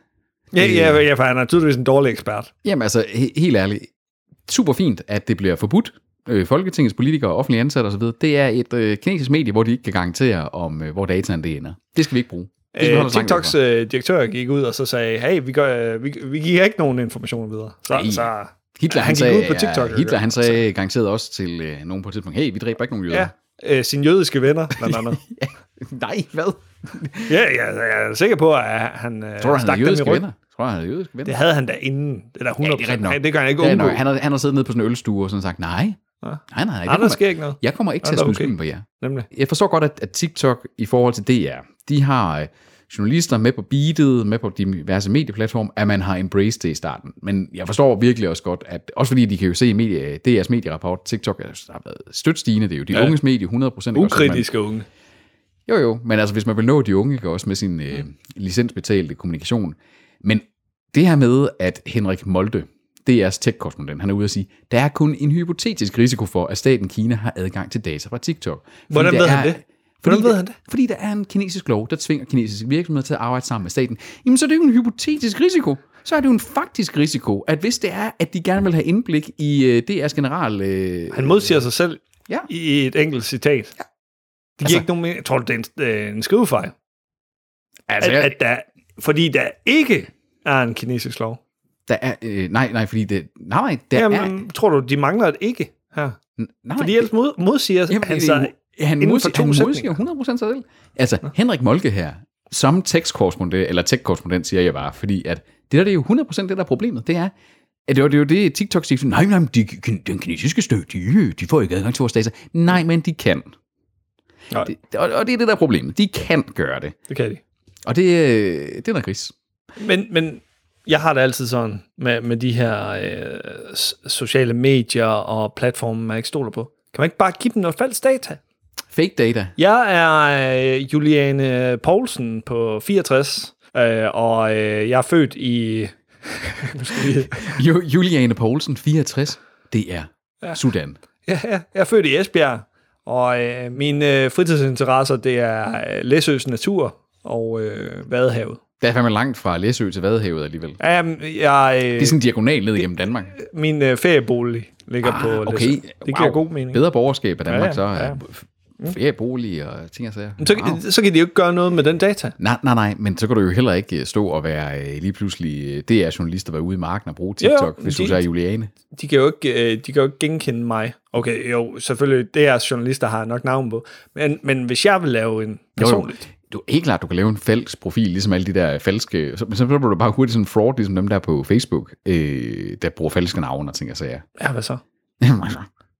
S1: Ja, ja, ja, for han er tydeligvis en dårlig ekspert.
S2: Jamen altså, he- helt ærligt. Super fint, at det bliver forbudt. Øh, Folketingets politikere, offentlige ansatte osv., det er et øh, kinesisk medie, hvor de ikke kan garantere, om øh, hvor dataen det ender. Det skal vi ikke bruge. Det skal vi holde
S1: Øh,
S2: os langt væk
S1: TikToks
S2: fra.
S1: øh, direktør gik ud og så sagde, hey, vi, gør, øh, vi, vi giver ikke nogen information videre. Så,
S2: Ej.
S1: så
S2: Hitler,
S1: han
S2: han,
S1: gik
S2: sagde,
S1: ud på TikTok,
S2: Ja, Hitler, han
S1: altså.
S2: sagde garanteret også til øh, nogen på et tidspunkt, hey, vi dræber ikke nogen jøder.
S1: ja, øh, sine jødiske venner, blandt andet.
S2: Nej, hvad?
S1: ja, ja, jeg er sikker på, at han øh,
S2: Tror du, han
S1: stak
S2: havde
S1: dem i
S2: jødiske
S1: ryggen.
S2: venner? Tror du, han havde jødiske venner?
S1: Det havde han da inden. Det er da 100%.
S2: det er rigtigt nok.
S1: det kan han ikke
S2: Det er
S1: undgå.
S2: nok. Han havde, han havde siddet nede på sådan en ølstue og sådan sagt, nej,
S1: Ja.
S2: nej, nej, nej. det
S1: Nej, der
S2: kommer-
S1: sker ikke noget.
S2: Jeg kommer ikke til at
S1: Nå,
S2: smide
S1: okay.
S2: skylden på jer.
S1: Nemlig.
S2: Jeg forstår godt, at, at TikTok i forhold til DR, de har øh, journalister med på beatet, med på diverse medieplatforme, at man har embraced det i starten. Men jeg forstår virkelig også godt, at også fordi de kan jo se i medie, øh, DR's medierapport, TikTok er- har været stødt stigende, det er jo de
S1: Ja.
S2: ja. unges medie 100%. ikke også, at man-
S1: Ukritiske unge.
S2: Jo jo, men altså hvis man vil nå de unge, ikke også med sin øh,
S1: Mm.
S2: licensbetalte kommunikation. Men det her med, at Henrik Molde, DR's tech-korrespondent, han er ude at sige, der er kun en hypotetisk risiko for, at staten Kina har adgang til data fra TikTok. Fordi
S1: Hvordan
S2: der
S1: ved han
S2: er-
S1: det? Hvordan
S2: fordi,
S1: ved han det?
S2: Fordi der er en kinesisk lov, der tvinger kinesiske virksomheder til at arbejde sammen med staten. Jamen, så er det jo en hypotetisk risiko. Så er det jo en faktisk risiko, at hvis det er, at de gerne vil have indblik i øh, DR's general... Øh,
S1: Han modsiger sig selv
S2: Ja.
S1: i et enkelt citat. Det giver
S2: Altså-
S1: ikke nogen mening. Jeg tror, det er en, øh, en skrivefejl.
S2: altså,
S1: At,
S2: jeg-
S1: at der, fordi der ikke er en kinesisk lov.
S2: der er, øh, nej, nej, fordi det... Nej, nej, der er...
S1: Jamen, tror du, de mangler et ikke her?
S2: Nej,
S1: Fordi ellers mod, modsiger
S2: Jamen, altså,
S1: han
S2: han,
S1: sig.
S2: han,
S1: inden
S2: mod,
S1: for to
S2: han modsiger
S1: sætninger.
S2: 100% sig selv. Altså, Henrik Molke her, som tekstkorrespondent, eller tech-korrespondent, siger jeg bare, fordi at det der det er jo 100% det, der er problemet, det er, at det, var- det er jo det, TikTok siger, nej, nej, men de, den kinesiske støv, de, øh, de får ikke adgang til vores data. Nej, men de kan.
S1: Nej.
S2: Det, og, og, det er det, der er problemet. De kan gøre det.
S1: Det kan de.
S2: Og det, øh, det er noget gris.
S1: Men, men jeg har det altid sådan med, med de her øh, s- sociale medier og platforme, man ikke stoler på. Kan man ikke bare give dem noget falsk data?
S2: Fake data.
S1: Jeg er øh, Juliane Poulsen på 64, øh, og øh, jeg er født i... Nu skal vi-
S2: Jo, Juliane Poulsen, 64, det er Sudan.
S1: ja, ja, jeg er født i Esbjerg, og øh, mine øh, fritidsinteresser, det er øh, Læsøs natur og øh, Vadehavet.
S2: Der er fandme langt fra Læsø til Vadehavet alligevel. Det
S1: Ja, jamen, jeg, øh,
S2: er sådan diagonal ned igennem Danmark.
S1: min øh, feriebolig ligger
S2: Ah,
S1: på Læsø.
S2: okay.
S1: Det giver
S2: Wow.
S1: god mening.
S2: Bedre borgerskab af Danmark,
S1: Ja,
S2: ja,
S1: ja,
S2: ja.
S1: ja.
S2: så øh, feriebolig og ting og sager. Ah.
S1: Men Så, wow. så kan de jo ikke gøre noget med den data.
S2: Nej, nej, nej, men så kan du jo heller ikke øh, stå og være øh, lige pludselig øh, DR-journalist, der var ude i marken og bruge TikTok,
S1: men
S2: hvis du
S1: det-
S2: så er Juliane.
S1: De kan jo ikke, øh, de kan jo ikke genkende mig. Okay, jo, selvfølgelig, det er journalister, har jeg nok navn på. Men, men hvis jeg vil lave en
S2: Jo, jo.
S1: personligt,
S2: Du er helt klart, du kan lave en falsk profil, ligesom alle de der falske... Så, men så bliver du bare hurtigt sådan en fraud, ligesom dem der på Facebook, øh, der bruger falske navne og ting og sager.
S1: ja, hvad så?
S2: Jamen, altså,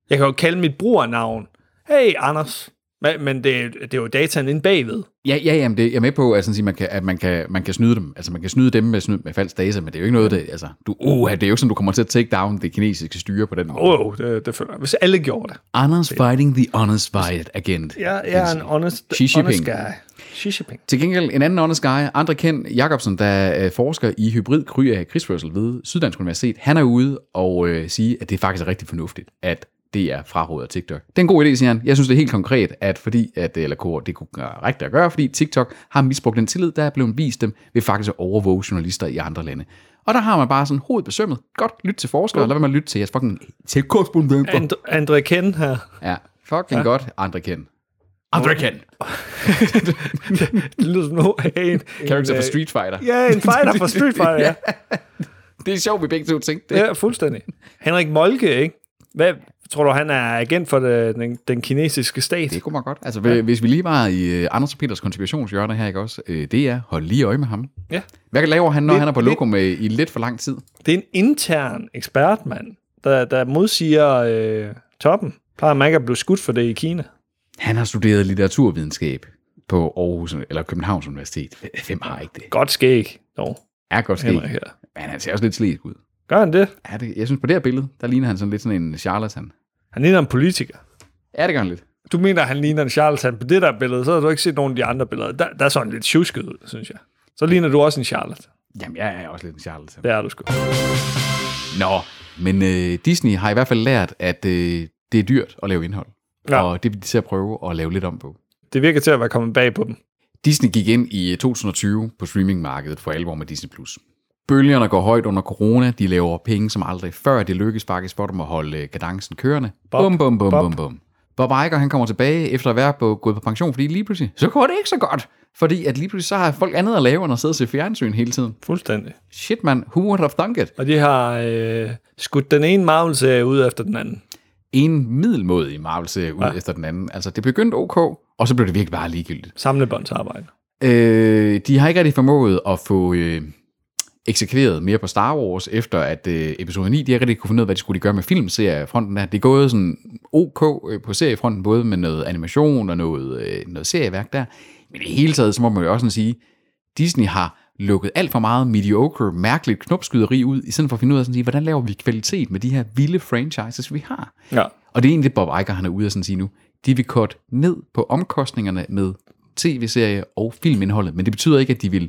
S1: Jeg kan jo kalde mit brugernavn. Hey, Anders. Men, men det, det er jo dataen inde bagved.
S2: Ja, ja, jamen det, jeg er med på, at, sådan at, sige, man kan, at man, kan, man kan snyde dem. Altså, man kan snyde dem med, snyd, med falsk data, men det er jo ikke noget, det, altså, du, uh, det er jo ikke sådan, du kommer til at take down det kinesiske styre på den måde.
S1: Wow, det, det føler jeg. Hvis alle gjorde det.
S2: Anders fighting the honest fight agent.
S1: Jeg, jeg er en honest,
S2: Xi Jinping.
S1: honest guy. Xi Jinping.
S2: Til gengæld en anden honest guy, andre kendt, Jacobsen, der øh, forsker i hybrid kry af krigsførsel ved Syddansk Universitet, han er ude og øh, sige, at det faktisk er rigtig fornuftigt, at det er frarådet TikTok. Det er en god idé, siger han. Jeg synes, det er helt konkret, at fordi, at, øh, eller kunne- det kunne være rigtigt at gøre, fordi TikTok har misbrugt den tillid, der er blevet vist dem ved faktisk at overvåge journalister i andre lande. Og der har man bare sådan hovedet besømmet. Godt, lyt til forskere, lad være med at lytte til jeres fucking TikTok-spondenter.
S1: And, André Ken her.
S2: Ja, fucking ja. godt, andre kendt. Andre kendt.
S1: Det lyder som noget af en...
S2: Character
S1: en,
S2: fra
S1: øh,
S2: Street Fighter.
S1: Ja, en fighter fra Street Fighter, ja.
S2: Det er sjovt, vi begge to tænkte det.
S1: ja. fuldstændig. Henrik Molke, ikke? Hvad, tror du, han er agent for det, den, den kinesiske stat?
S2: Det kunne man godt. Altså, ja. hvis vi lige var i øh, Anders og Peters konspirationshjørne her, ikke også? Øh, det er, hold lige øje med ham.
S1: Ja.
S2: Hvad laver han, når
S1: Lidt-
S2: han er på
S1: lidt-
S2: lokum øh, i lidt for lang tid?
S1: Det er en intern ekspertmand, der, der modsiger øh, toppen. Plejer man ikke at blive skudt for det i Kina?
S2: Han har studeret litteraturvidenskab på Aarhus eller Københavns Universitet. Hvem har ikke det?
S1: Godt skæg, dog.
S2: Er godt sket.
S1: Henrik her.
S2: Men han ser også lidt slet ud.
S1: Gør han det?
S2: Ja, det, jeg synes, på det her billede, der ligner han sådan lidt sådan en charlatan.
S1: Han ligner en politiker.
S2: Ja, det gør han lidt.
S1: Du mener, han ligner en charlatan på det der billede, så har du ikke set nogen af de andre billeder. Der, der er sådan lidt tjusket ud, synes jeg. Så ligner du også en charlatan.
S2: Jamen, jeg er også lidt en charlatan.
S1: Det er du sgu.
S2: Nå, men øh, Disney har i hvert fald lært, at øh, det er dyrt at lave indhold. Ja.
S1: Ja.
S2: Og det vil de til at prøve at lave lidt om på.
S1: Det virker til at være kommet bag på dem.
S2: Disney gik ind i øh, 2020 på streamingmarkedet for alvor med Disney+. Bølgerne går højt under corona, de laver penge som aldrig før, det lykkes faktisk for dem at holde øh, kadencen kørende. Bob, bum, bum, bum,
S1: Bob.
S2: bum, bum. Bob Iger, han kommer tilbage efter at være på, gået på pension, fordi lige pludselig, så går det ikke så godt. Fordi at lige pludselig, så har folk andet at lave, end at sidde og se fjernsyn hele tiden.
S1: Fuldstændig.
S2: Shit, man, who would have thunk it?
S1: Og de har øh, skudt den ene Marvel-serie ud efter den anden.
S2: En middelmodig Marvel-serie ud ja. efter den anden. Altså, det begyndte ok, og så blev det virkelig bare ligegyldigt.
S1: Samlebåndsarbejde.
S2: Øh, de har ikke rigtig formået at få øh, eksekveret mere på Star Wars, efter at øh, episode 9, de har rigtig kunne finde ud af, hvad de skulle gøre med filmseriefronten der. Det er gået sådan ok øh, på seriefronten, både med noget animation og noget, øh, noget serieværk der. Men i det hele taget, så må man jo også sådan sige, Disney har lukket alt for meget mediocre, mærkeligt knopskyderi ud, i stedet for at finde ud af, sådan at sige, hvordan laver vi kvalitet med de her vilde franchises, vi har.
S1: Ja.
S2: Og det er egentlig det, Bob Iger, han er ude og sådan sige nu. De vil korte ned på omkostningerne med tv-serie og filmindholdet, men det betyder ikke, at de vil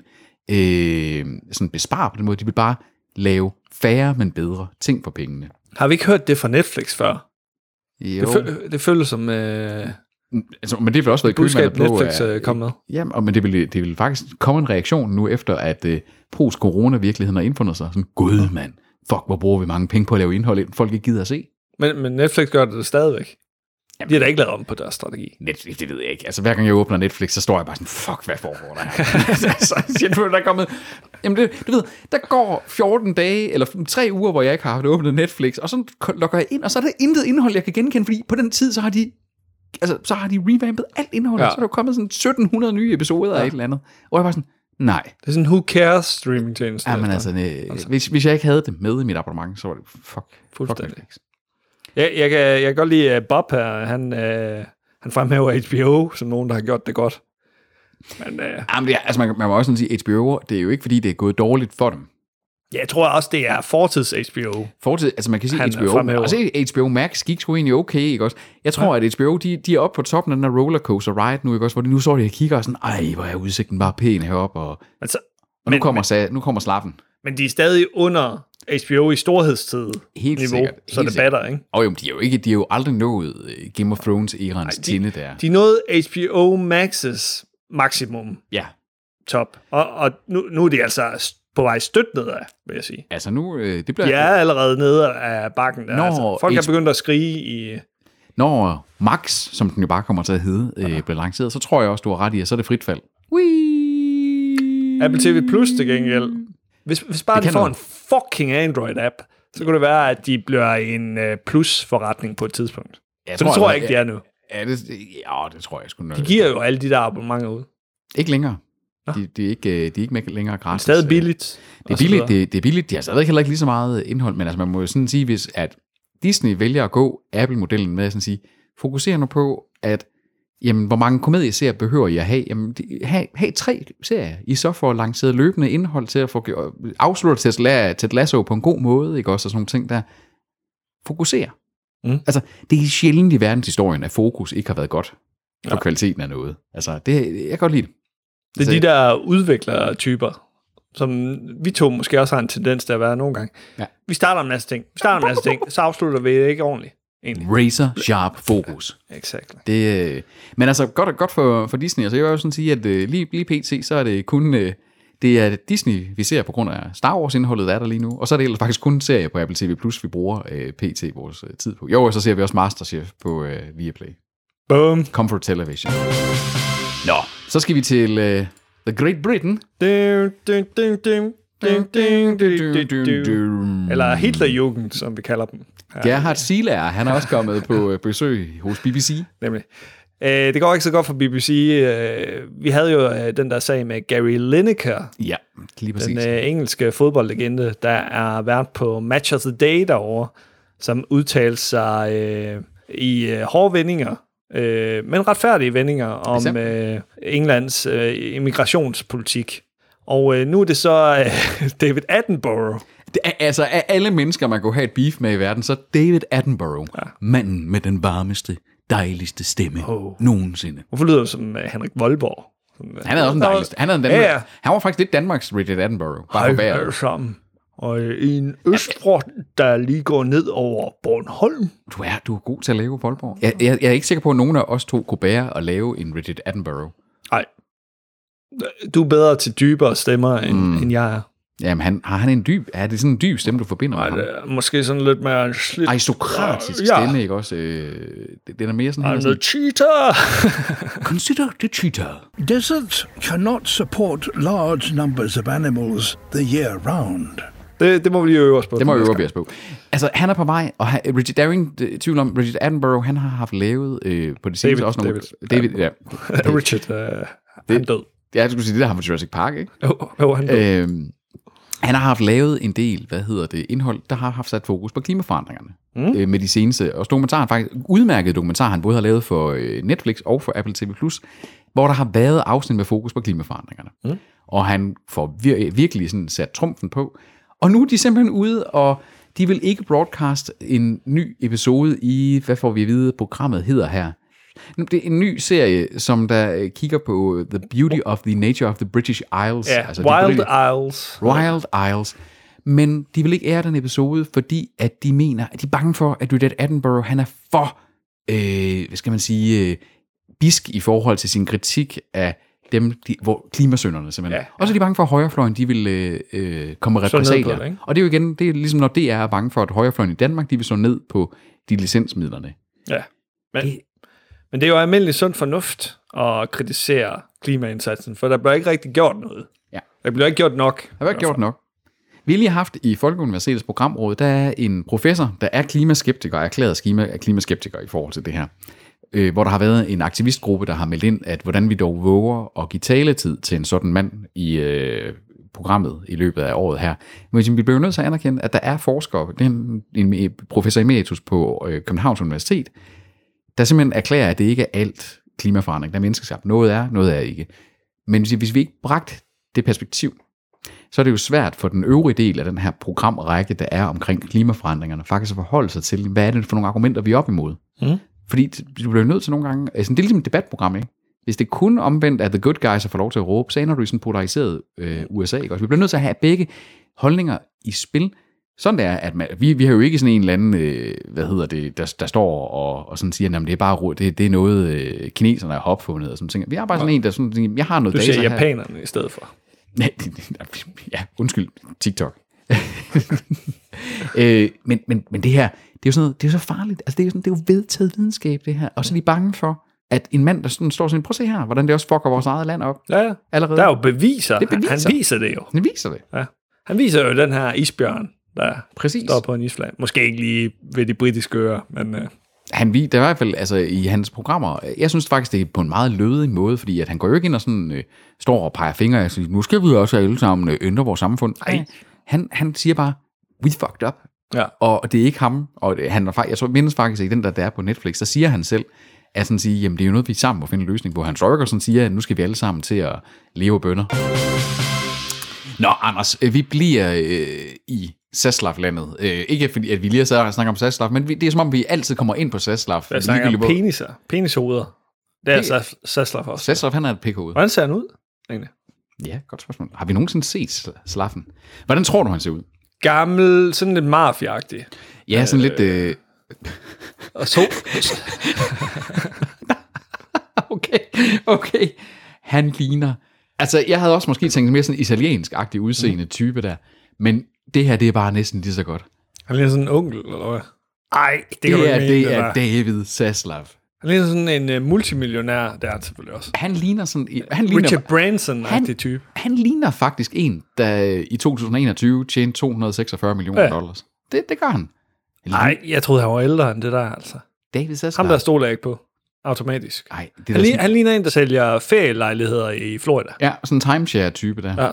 S2: øh, sådan bespare på den måde. De vil bare lave færre, men bedre ting for pengene.
S1: Har vi ikke hørt det fra Netflix før?
S2: Jo.
S1: Det, fø- det føles som øh,
S2: altså, men det vil også være
S1: budskab,
S2: kølvandet på,
S1: Netflix
S2: at-
S1: øh, kom med.
S2: Jamen, og, men det vil, det vil faktisk komme en reaktion nu, efter at øh, post-corona-virkeligheden har indfundet sig. Sådan, gud mand, fuck, hvor bruger vi mange penge på at lave indhold, folk ikke gider at se.
S1: Men, men Netflix gør det stadigvæk. De har da ikke lavet om på deres strategi.
S2: Netflix, det ved jeg ikke. Altså, hver gang jeg åbner Netflix, så står jeg bare sådan, fuck, hvad foregår der her? Altså, så siger du, der er kommet... Jamen, det, du ved, der går 14 dage, eller 3 uger, hvor jeg ikke har haft åbnet Netflix, og så logger jeg ind, og så er der intet indhold, jeg kan genkende, fordi på den tid, så har de altså, så har de revampet alt indholdet, ja.
S1: Ja.
S2: så er der jo kommet sådan 1700 nye episoder ja. af et eller andet. Og jeg var sådan, nej.
S1: Det er sådan, who cares streamingtjeneste.
S2: Ja, men altså, øh, hvis, hvis jeg ikke havde det med i mit abonnement, så var det, fuck, fuck
S1: Fuldstændig.
S2: Netflix.
S1: Jeg, jeg, kan, jeg kan godt lide at Bob her. Han, øh, han fremhæver HBO som nogen, der har gjort det godt. Men øh,
S2: Jamen, det er, altså, man, kan- man må også sådan sige, HBO, det er jo ikke, fordi det er gået dårligt for dem.
S1: jeg tror også, det er fortids-HBO.
S2: Fortid, altså man kan sige
S1: Han er
S2: HBO,
S1: fremhæver.
S2: og se HBO Max gik sgu egentlig okay, ikke også? Jeg tror, ja. at HBO, de, de er oppe på toppen af den her rollercoaster ride nu, ikke også? Hvor de nu står de og kigger og sådan, ej, hvor er udsigten bare pæn heroppe, og, og
S1: Men, så,
S2: men, nu,
S1: Men-
S2: kommer, men, nu kommer slappen.
S1: Altså, men de er stadig under HBO i storhedstid
S2: Helt
S1: niveau,
S2: sikkert,
S1: så
S2: helt
S1: det batter, ikke?
S2: Og jo, men de er jo, ikke, de er jo aldrig nået øh, Game of Thrones-erens tinde der.
S1: De nåede HBO Max's maksimum
S2: ja,
S1: top, og, og nu, nu er de altså på vej stødt nedad, vil jeg sige.
S2: altså nu, øh, det bliver...
S1: De er allerede nede af bakken. Der.
S2: Nå,
S1: altså, folk er
S2: H-
S1: begyndt at skrige i...
S2: når Max, som den jo bare kommer til at hedde, øh, bliver lanceret, så tror jeg også, du har ret i, at så er det frit fald. Whee!
S1: Apple TV Plus til gengæld. Hvis, hvis bare de
S2: kan
S1: får
S2: noget.
S1: en fucking Android-app, så kunne det være, at de bliver en øh, plus-forretning på et tidspunkt. Jeg så tror, det tror jeg ikke, de er nu.
S2: Ja, altså, det, ja, det tror jeg sgu nok.
S1: De giver jo alle de der abonnementer ud.
S2: Ikke længere. De, de, er ikke, øh, de er ikke med længere gratis.
S1: Stadig billigt.
S2: Det er billigt, det, det er billigt. De har stadig heller ikke lige så meget indhold, men altså man må jo sådan sige, hvis at Disney vælger at gå Apple-modellen med at sådan sige, fokuser nu på, at jamen, hvor mange komedieserier behøver I at have? Jamen, de, have, have tre serier. I så får lanceret løbende indhold til at få gjort- afslutte til at lære Ted Lasso på en god måde, ikke også? Og sådan nogle ting, der fokuserer.
S1: Mm.
S2: Altså, det er sjældent i verdenshistorien, at fokus ikke har været godt på
S1: Ja.
S2: kvaliteten af noget. Altså, det, jeg kan godt lide det.
S1: Det er de der udviklertyper, som vi to måske også har en tendens til at være nogle gange.
S2: Ja.
S1: Vi starter en masse ting, vi starter en masse ting, så afslutter vi det ikke ordentligt. Egentlig.
S2: Razor sharp fokus.
S1: Exakt.
S2: Det, øh, men altså, godt, godt for, for Disney. Altså, jeg vil jo sådan sige, at øh, lige, lige pt, så er det kun... Øh, det er Disney, vi ser på grund af Star Wars-indholdet, der er der lige nu. Og så er det ellers faktisk kun serier på Apple TV+, Plus, vi bruger øh, pt vores øh, tid på. Jo, og så ser vi også Masterchef på øh, Viaplay.
S1: Boom.
S2: Comfort Television. Nå, så skal vi til øh, The Great Britain.
S1: Dun, dun, dun, dun, dun, dun, dun, dun, dun. Eller Hitlerjugend, som vi kalder dem. Ja,
S2: Gerhard Silager, han er også kommet på øh, besøg hos BBC.
S1: nemlig. Øh, det går ikke så godt for BBC. Øh, vi havde jo øh, den der sag med Gary Lineker,
S2: Ja, lige præcis.
S1: den øh, engelske fodboldlegende, der er vært på Match of the Day derovre, som udtalte sig øh, i øh, hårde vendinger, øh, men retfærdige vendinger om
S2: Bestemt.
S1: øh, Englands øh, immigrationspolitik. Og øh, nu er det så øh, David Attenborough,
S2: Det er, altså, af alle mennesker, man kunne have et beef med i verden, så David Attenborough, ja. manden med den varmeste, dejligste stemme oh. nogensinde.
S1: Hvorfor lyder du som øh, Henrik Voldborg? Sådan, øh,
S2: Han havde også en
S1: der-
S2: dejligste. Han, havde en Danmark,
S1: Ja, ja.
S2: han var faktisk lidt Danmarks Richard Attenborough, bare på
S1: Hej
S2: vejret.
S1: alle sammen. Og øh, en østfront, der lige går ned over Bornholm.
S2: Du er, du er god til at lave Voldborg. Jeg, jeg, jeg er ikke sikker på, at nogen af os to kunne bære at lave en Richard Attenborough.
S1: Nej. Du er bedre til dybere stemmer, end, mm. end jeg er.
S2: Jamen, han, har han en dyb... Er det sådan en dyb stemme, du forbinder med
S1: Ej,
S2: ham?
S1: det er måske sådan lidt mere... Slidt.
S2: Aristokratisk
S1: Ja.
S2: stemme, ikke også? Øh, det, den er mere sådan... her,
S1: I'm the
S2: sådan,
S1: cheater!
S2: Consider the cheater.
S3: Deserts cannot support large numbers of animals the year round.
S1: det, det må vi lige øve os på.
S2: Det må
S1: til
S2: jo
S1: næste
S2: øve os på. Altså, han er på vej, og han, Richard, der er jo ingen øh, tvivl om, Richard Attenborough, han har haft lavet øh, på det seneste
S1: David,
S2: også nogle...
S1: David.
S2: David, ja.
S1: gang. Richard, øh, han død.
S2: Ja, jeg skulle sige, det der har med Jurassic Park, ikke?
S1: Jo, jo, han død.
S2: Øhm, han har haft lavet en del, hvad hedder det, indhold, der har haft sat fokus på klimaforandringerne. Mm. Øh, med de seneste, også dokumentaren faktisk, udmærket dokumentar, han både har lavet for øh, Netflix og for Apple TV+, hvor der har været afsnit med fokus på klimaforandringerne. Mm. Og han får vir- virkelig sådan sat trumfen på. Og nu er de simpelthen ude, og de vil ikke broadcast en ny episode i, hvad får vi at vide, programmet hedder her. Det er en ny serie, som der øh, kigger på The Beauty of the Nature of the British Isles. Altså,
S1: Ja,
S2: de
S1: Wild
S2: britiske-
S1: Isles.
S2: Wild Isles. Men de vil ikke ære den episode, fordi at de mener, at de er bange for, at Richard Attenborough, han er for, øh, hvad skal man sige, øh, bisk i forhold til sin kritik af dem, de, hvor klimasønderne simpelthen.
S1: Ja.
S2: Ja. Og så er de bange for, at højrefløjen, de vil øh, øh, komme med
S1: Slå ned på
S2: repressalier.
S1: det, ikke?
S2: og det er jo igen, det er ligesom når DR er bange for, at højrefløjen i Danmark, de vil slå ned på de licensmidlerne.
S1: Ja. Men, men det er jo almindelig sund fornuft at kritisere klimaindsatsen, for der bliver ikke rigtig gjort noget.
S2: Ja.
S1: Der bliver ikke gjort nok.
S2: Der har ikke gjort nok. Vi har lige haft i Folkeuniversitetets programråd, der er en professor, der er klimaskeptiker, erklæret klima, er klimaskeptiker i forhold til det her. Øh, hvor der har været en aktivistgruppe, der har meldt ind, at hvordan vi dog våger at give taletid til en sådan mand i øh, programmet i løbet af året her. Men vi bliver jo nødt til at anerkende, at der er forskere, det er en, en professor emeritus på øh, Københavns Universitet, der simpelthen erklærer, at det ikke er alt klimaforandring, der er menneskeskabt. Noget er, noget er ikke. Men hvis- hvis vi ikke bragt det perspektiv, så er det jo svært for den øvrige del af den her programrække, der er omkring klimaforandringerne, faktisk at forholde sig til, hvad er det for nogle argumenter, vi er op imod.
S1: Mm.
S2: Fordi du bliver jo nødt til nogle gange, altså det er ligesom et debatprogram, ikke? Hvis det kun omvendt er The Good Guys, der får lov til at råbe, så ender du i sådan en polariseret øh, USA. Ikke? Også vi bliver nødt til at have begge holdninger i spil. Sådan det er, at man, vi, vi har jo ikke sådan en eller anden, øh, hvad hedder det, der, der står og, og sådan siger, at det er bare ro- det, det er noget, øh, kineserne har opfundet og sådan ting. Vi har bare sådan en, der sådan, tænker, jeg har noget
S1: Du
S2: data
S1: siger
S2: her.
S1: japanerne i stedet for.
S2: Nej, det- det- ja, undskyld, TikTok. øh, men, men, men det her, Det er jo sådan noget, det er jo så farligt. Altså, det er jo, sådan, det er jo vedtaget videnskab, det her. Og så er de bange for, at en mand, der sådan, står sådan, prøv at se her, hvordan det også fucker vores eget land op.
S1: Ja, ja.
S2: Allerede.
S1: Der er jo beviser.
S2: Det er beviser.
S1: Han, han viser det jo.
S2: Den viser det.
S1: Ja. Han viser jo den her isbjørn, der
S2: Præcis.
S1: står på en isflag. Måske ikke lige ved de britiske ører, men øh,
S2: Han, vi- der er i hvert fald altså, i hans programmer, øh, jeg synes faktisk, det er på en meget lødig måde, fordi at han går jo ikke ind og sådan, øh, står og peger fingre og siger, nu skal vi også alle sammen øh, ændre vores samfund. Nej. Han, han siger bare, we fucked up.
S1: ja.
S2: Og det er ikke ham, og det, han er, fak- jeg tror, mindes faktisk ikke den, der, der er på Netflix, der siger han selv, at sådan sige, jamen det er jo noget, vi sammen må finde en løsning på. Han Sorger sådan siger, at nu skal vi alle sammen til at leve af bønder. Nå, Anders, øh, vi bliver øh, i Saslav-landet. Øh, ikke fordi, at vi lige har siddet og snakket om Saslav, men vi, det er som om, vi altid kommer ind på Saslav.
S1: Jeg snakker om
S2: Ligegyldigt hvor-
S1: peniser. Penishoveder. Det er
S2: Det-
S1: Sas- Saslav også.
S2: Saslav, han er et pikhoved.
S1: Hvordan ser han ud? Egentlig?
S2: Ja, godt spørgsmål. Har vi nogensinde set Sl- Slaffen? Hvordan tror du, han ser ud?
S1: Gammel, sådan lidt mafiagtig.
S2: Ja, sådan lidt... Øh,
S1: Og så...
S2: okay, okay. Han ligner... Altså, jeg havde også måske tænkt mere sådan italiensk-agtig udseende type der, men det her, det er bare næsten lige så godt.
S1: han ligner sådan en onkel, eller hvad? Ej, det, kan du
S2: Det
S1: ikke
S2: er,
S1: mene,
S2: det
S1: der.
S2: er David Zaslav.
S1: Han ligner sådan en uh, multimillionær, der er han selvfølgelig også.
S2: Han ligner sådan... Han ligner,
S1: Richard Branson-agtig
S2: han,
S1: type.
S2: han ligner faktisk en, der i 2021 tjente 246 millioner
S1: Ja.
S2: dollars. Det, det gør han. Han ligner
S1: Nej, jeg troede, han var ældre end det der, altså.
S2: David Zaslav.
S1: Ham der stoler jeg ikke på. Automatisk.
S2: Ej, det er
S1: Han,
S2: da
S1: lig,
S2: sådan,
S1: han ligner en, der sælger ferielejligheder i Florida.
S2: ja, sådan en timeshare-type der.
S1: Ja,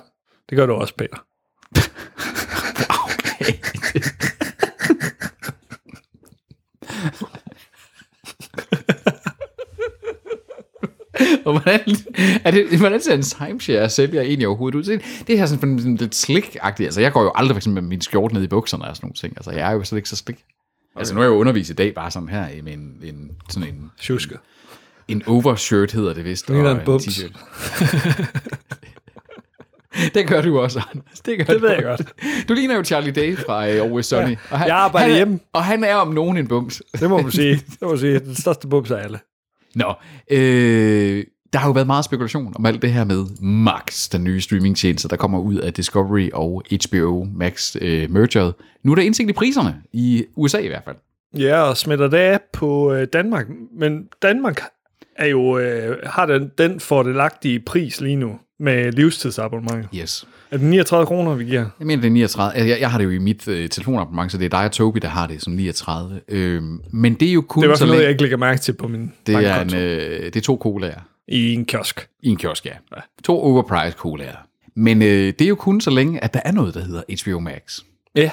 S1: det gør du også, Peter.
S2: Okay. Og hvordan, er det, hvordan ser en timeshare sælger egentlig overhovedet ud? Det det her sådan, sådan, sådan lidt slik -agtigt. Altså, jeg går jo aldrig for eksempel med min skjort ned i bukserne og sådan nogle ting. Altså, jeg er jo slet ikke så slik. Altså, nu er jeg jo undervist i dag bare sådan her i med en, en, sådan en,
S1: Tjuske.
S2: en overshirt hedder det vist.
S1: ligner
S2: og
S1: en bums.
S2: t-shirt. det gør du også, Anders. Det, gør
S1: Det ved
S2: du
S1: jeg
S2: også. Du ligner jo Charlie Day fra øh, Always Sunny. Ja. Og han,
S1: Jeg arbejder
S2: han, er-
S1: hjemme.
S2: Og han er om nogen en bums.
S1: Det må man sige. Det må man sige. Den største bums af alle.
S2: Nå, øh, der har jo været meget spekulation om alt det her med Max, den nye streamingtjeneste, der kommer ud af Discovery og HBO Max øh, mergeret. Nu er der indsigt i priserne, i USA i hvert fald.
S1: Ja, og smitter det af på øh, Danmark. Men Danmark er jo, øh, har den, den fordelagtige pris lige nu med livstidsabonnement.
S2: Yes.
S1: Er det 39 kroner, vi giver?
S2: Jeg mener, det er 39. Altså, Jeg, jeg har det jo i mit øh, telefonabonnement, så det er dig og Tobi, der har det som 39. Øh, men det er jo kun
S1: Det er i hvert
S2: så
S1: fald noget, jeg
S2: længe...
S1: ikke lægger mærke til på min
S2: Det er, en,
S1: bankkonto
S2: øh, det er to colaer.
S1: i en kiosk.
S2: I en kiosk, ja. To overpriced colaer. Men øh, det er jo kun så længe, at der er noget, der hedder HBO Max.
S1: Ja.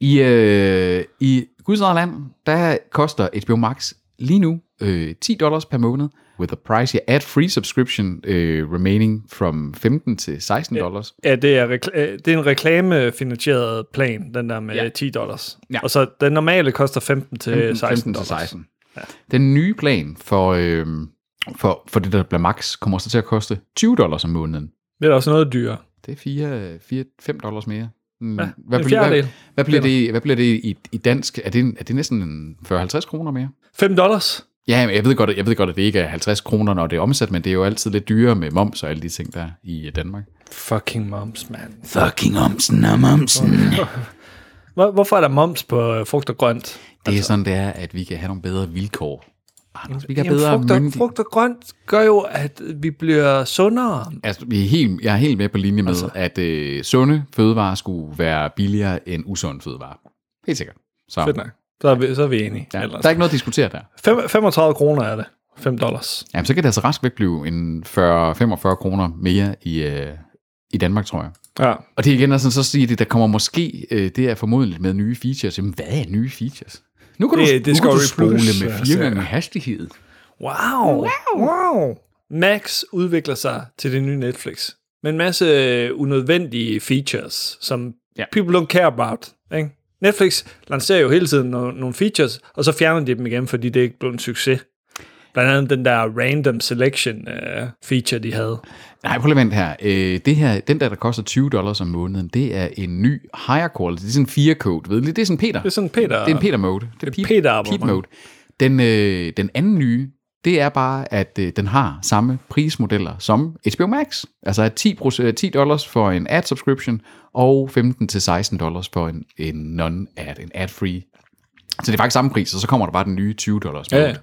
S2: I, øh, i Guds eget land, der koster HBO Max lige nu øh, 10 dollars per måned, with a price your ad-free subscription øh, remaining from 15 til 16 dollars.
S1: Ja, det er, rekl- øh, det er en reklamefinansieret plan, den der med
S2: Ja.
S1: ja. 10 dollars.
S2: Ja.
S1: Ja. Og så den normale koster 15 til 16
S2: 15 til
S1: øh, dollars.
S2: 16. Den nye plan for, øh, for, for det, der bliver max, kommer så til at koste 20 dollars om måneden.
S1: Det er da også noget dyrere.
S2: Det er 4, 4, 5 dollars mere. Mm,
S1: Ja, en
S2: hvad,
S1: fjerdedel.
S2: hvad, bliver det, hvad bliver det i, i dansk? Er det, er det næsten en 40-50 kroner mere?
S1: 5 dollars?
S2: Ja, men jeg ved, godt, jeg ved godt, at det ikke er 50 kroner, når det er omsat, men det er jo altid lidt dyrere med moms og alle de ting, der er i øh, Danmark.
S1: Fucking moms, man.
S2: Fucking omsen og momsen.
S1: Hvor, hvorfor er der moms på øh, frugt og grønt?
S2: Det er sådan, det er, at vi kan have nogle bedre vilkår. Anders, vi kan have
S1: Jamen,
S2: bedre
S1: frugt, og,
S2: myndighed.
S1: frugt og grønt gør jo, at vi bliver sundere.
S2: Altså, vi er helt, jeg er helt med på linje med, altså. at øh, sunde fødevarer skulle være billigere end usunde fødevarer. Helt sikkert. Så,
S1: Fedt nok. Så er vi, så er vi enige.
S2: Ja,
S1: Ja,
S2: der er ikke noget at diskutere der.
S1: Fem, 35 kroner er det. 5 dollars.
S2: Jamen, så kan det altså rask væk blive en 40-45 kroner mere i, øh, i Danmark, tror jeg.
S1: Ja.
S2: Og det er igen, altså, så siger det, der kommer måske, øh, det er formodentlig med nye features. Jamen, hvad er nye features? Nu kan
S1: Det er
S2: du, nu kan
S1: Discovery
S2: du spole
S1: Plus,
S2: med
S1: øh,
S2: fire
S1: serier.
S2: gange hastighed.
S1: Wow. wow. Wow. Max udvikler sig til det nye Netflix. Med en masse øh, unødvendige features, som
S2: Ja.
S1: ja. people don't care about. Ikke? Netflix lancerer jo hele tiden no- nogle features, og så fjerner de dem igen, fordi det ikke blev en succes. Blandt andet den der random selection øh, feature, de havde.
S2: Nej, prøv lige at vente her. Øh, det her. Den der, der koster 20 dollars om måneden, det er en ny higher quality. Det er sådan en 4-code, ved du? Det er sådan Peter.
S1: Det er sådan Peter...
S2: det er en Peter-mode. Det er
S1: et Peter-abonnement.
S2: Pete-mode. Den, øh, den anden nye, det er bare, at øh, den har samme prismodeller som HBO Max. Altså at 10, proc- øh, 10 dollars for en ad-subscription, og 15-16 dollars for en, en non-ad, en ad-free Så det er faktisk samme pris, og så kommer der bare den nye 20 dollars
S1: Ja.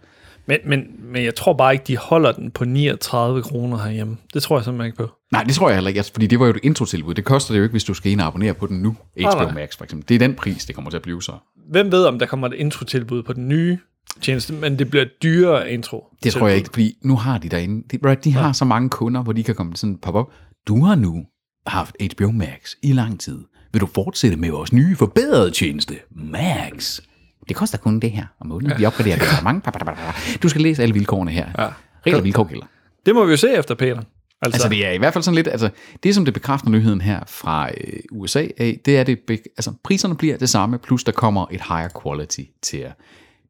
S1: Men, men, men jeg tror bare ikke, de holder den på 39 kroner herhjemme. Det tror jeg simpelthen ikke på.
S2: Nej, det tror jeg heller ikke, altså, fordi det var jo et introtilbud. Det koster det jo ikke, hvis du skal ind og abonnere på den nu,
S1: nej.
S2: HBO Max for eksempel. Det er den pris, det kommer til at blive så.
S1: Hvem ved, om der kommer et introtilbud på den nye tjeneste, men det bliver et dyrere intro.
S2: Det tror jeg ikke, fordi nu har de derinde, de, Brad, de har så mange kunder, hvor de kan komme sådan pop op. Du har nu haft HBO Max i lang tid. Vil du fortsætte med vores nye forbedrede tjeneste, Max? Det koster kun det her om måneden. Vi opgraderer dit abonnement. Du skal læse alle vilkårene her. Ja. Regler og vilkår gælder.
S1: Det må vi jo se efter, Peter. Altså,
S2: Altså det er i hvert fald sådan lidt, altså det som det bekræfter nyheden her fra øh, USA af, det er det, be- altså priserne bliver det samme, plus der kommer et higher quality til jer.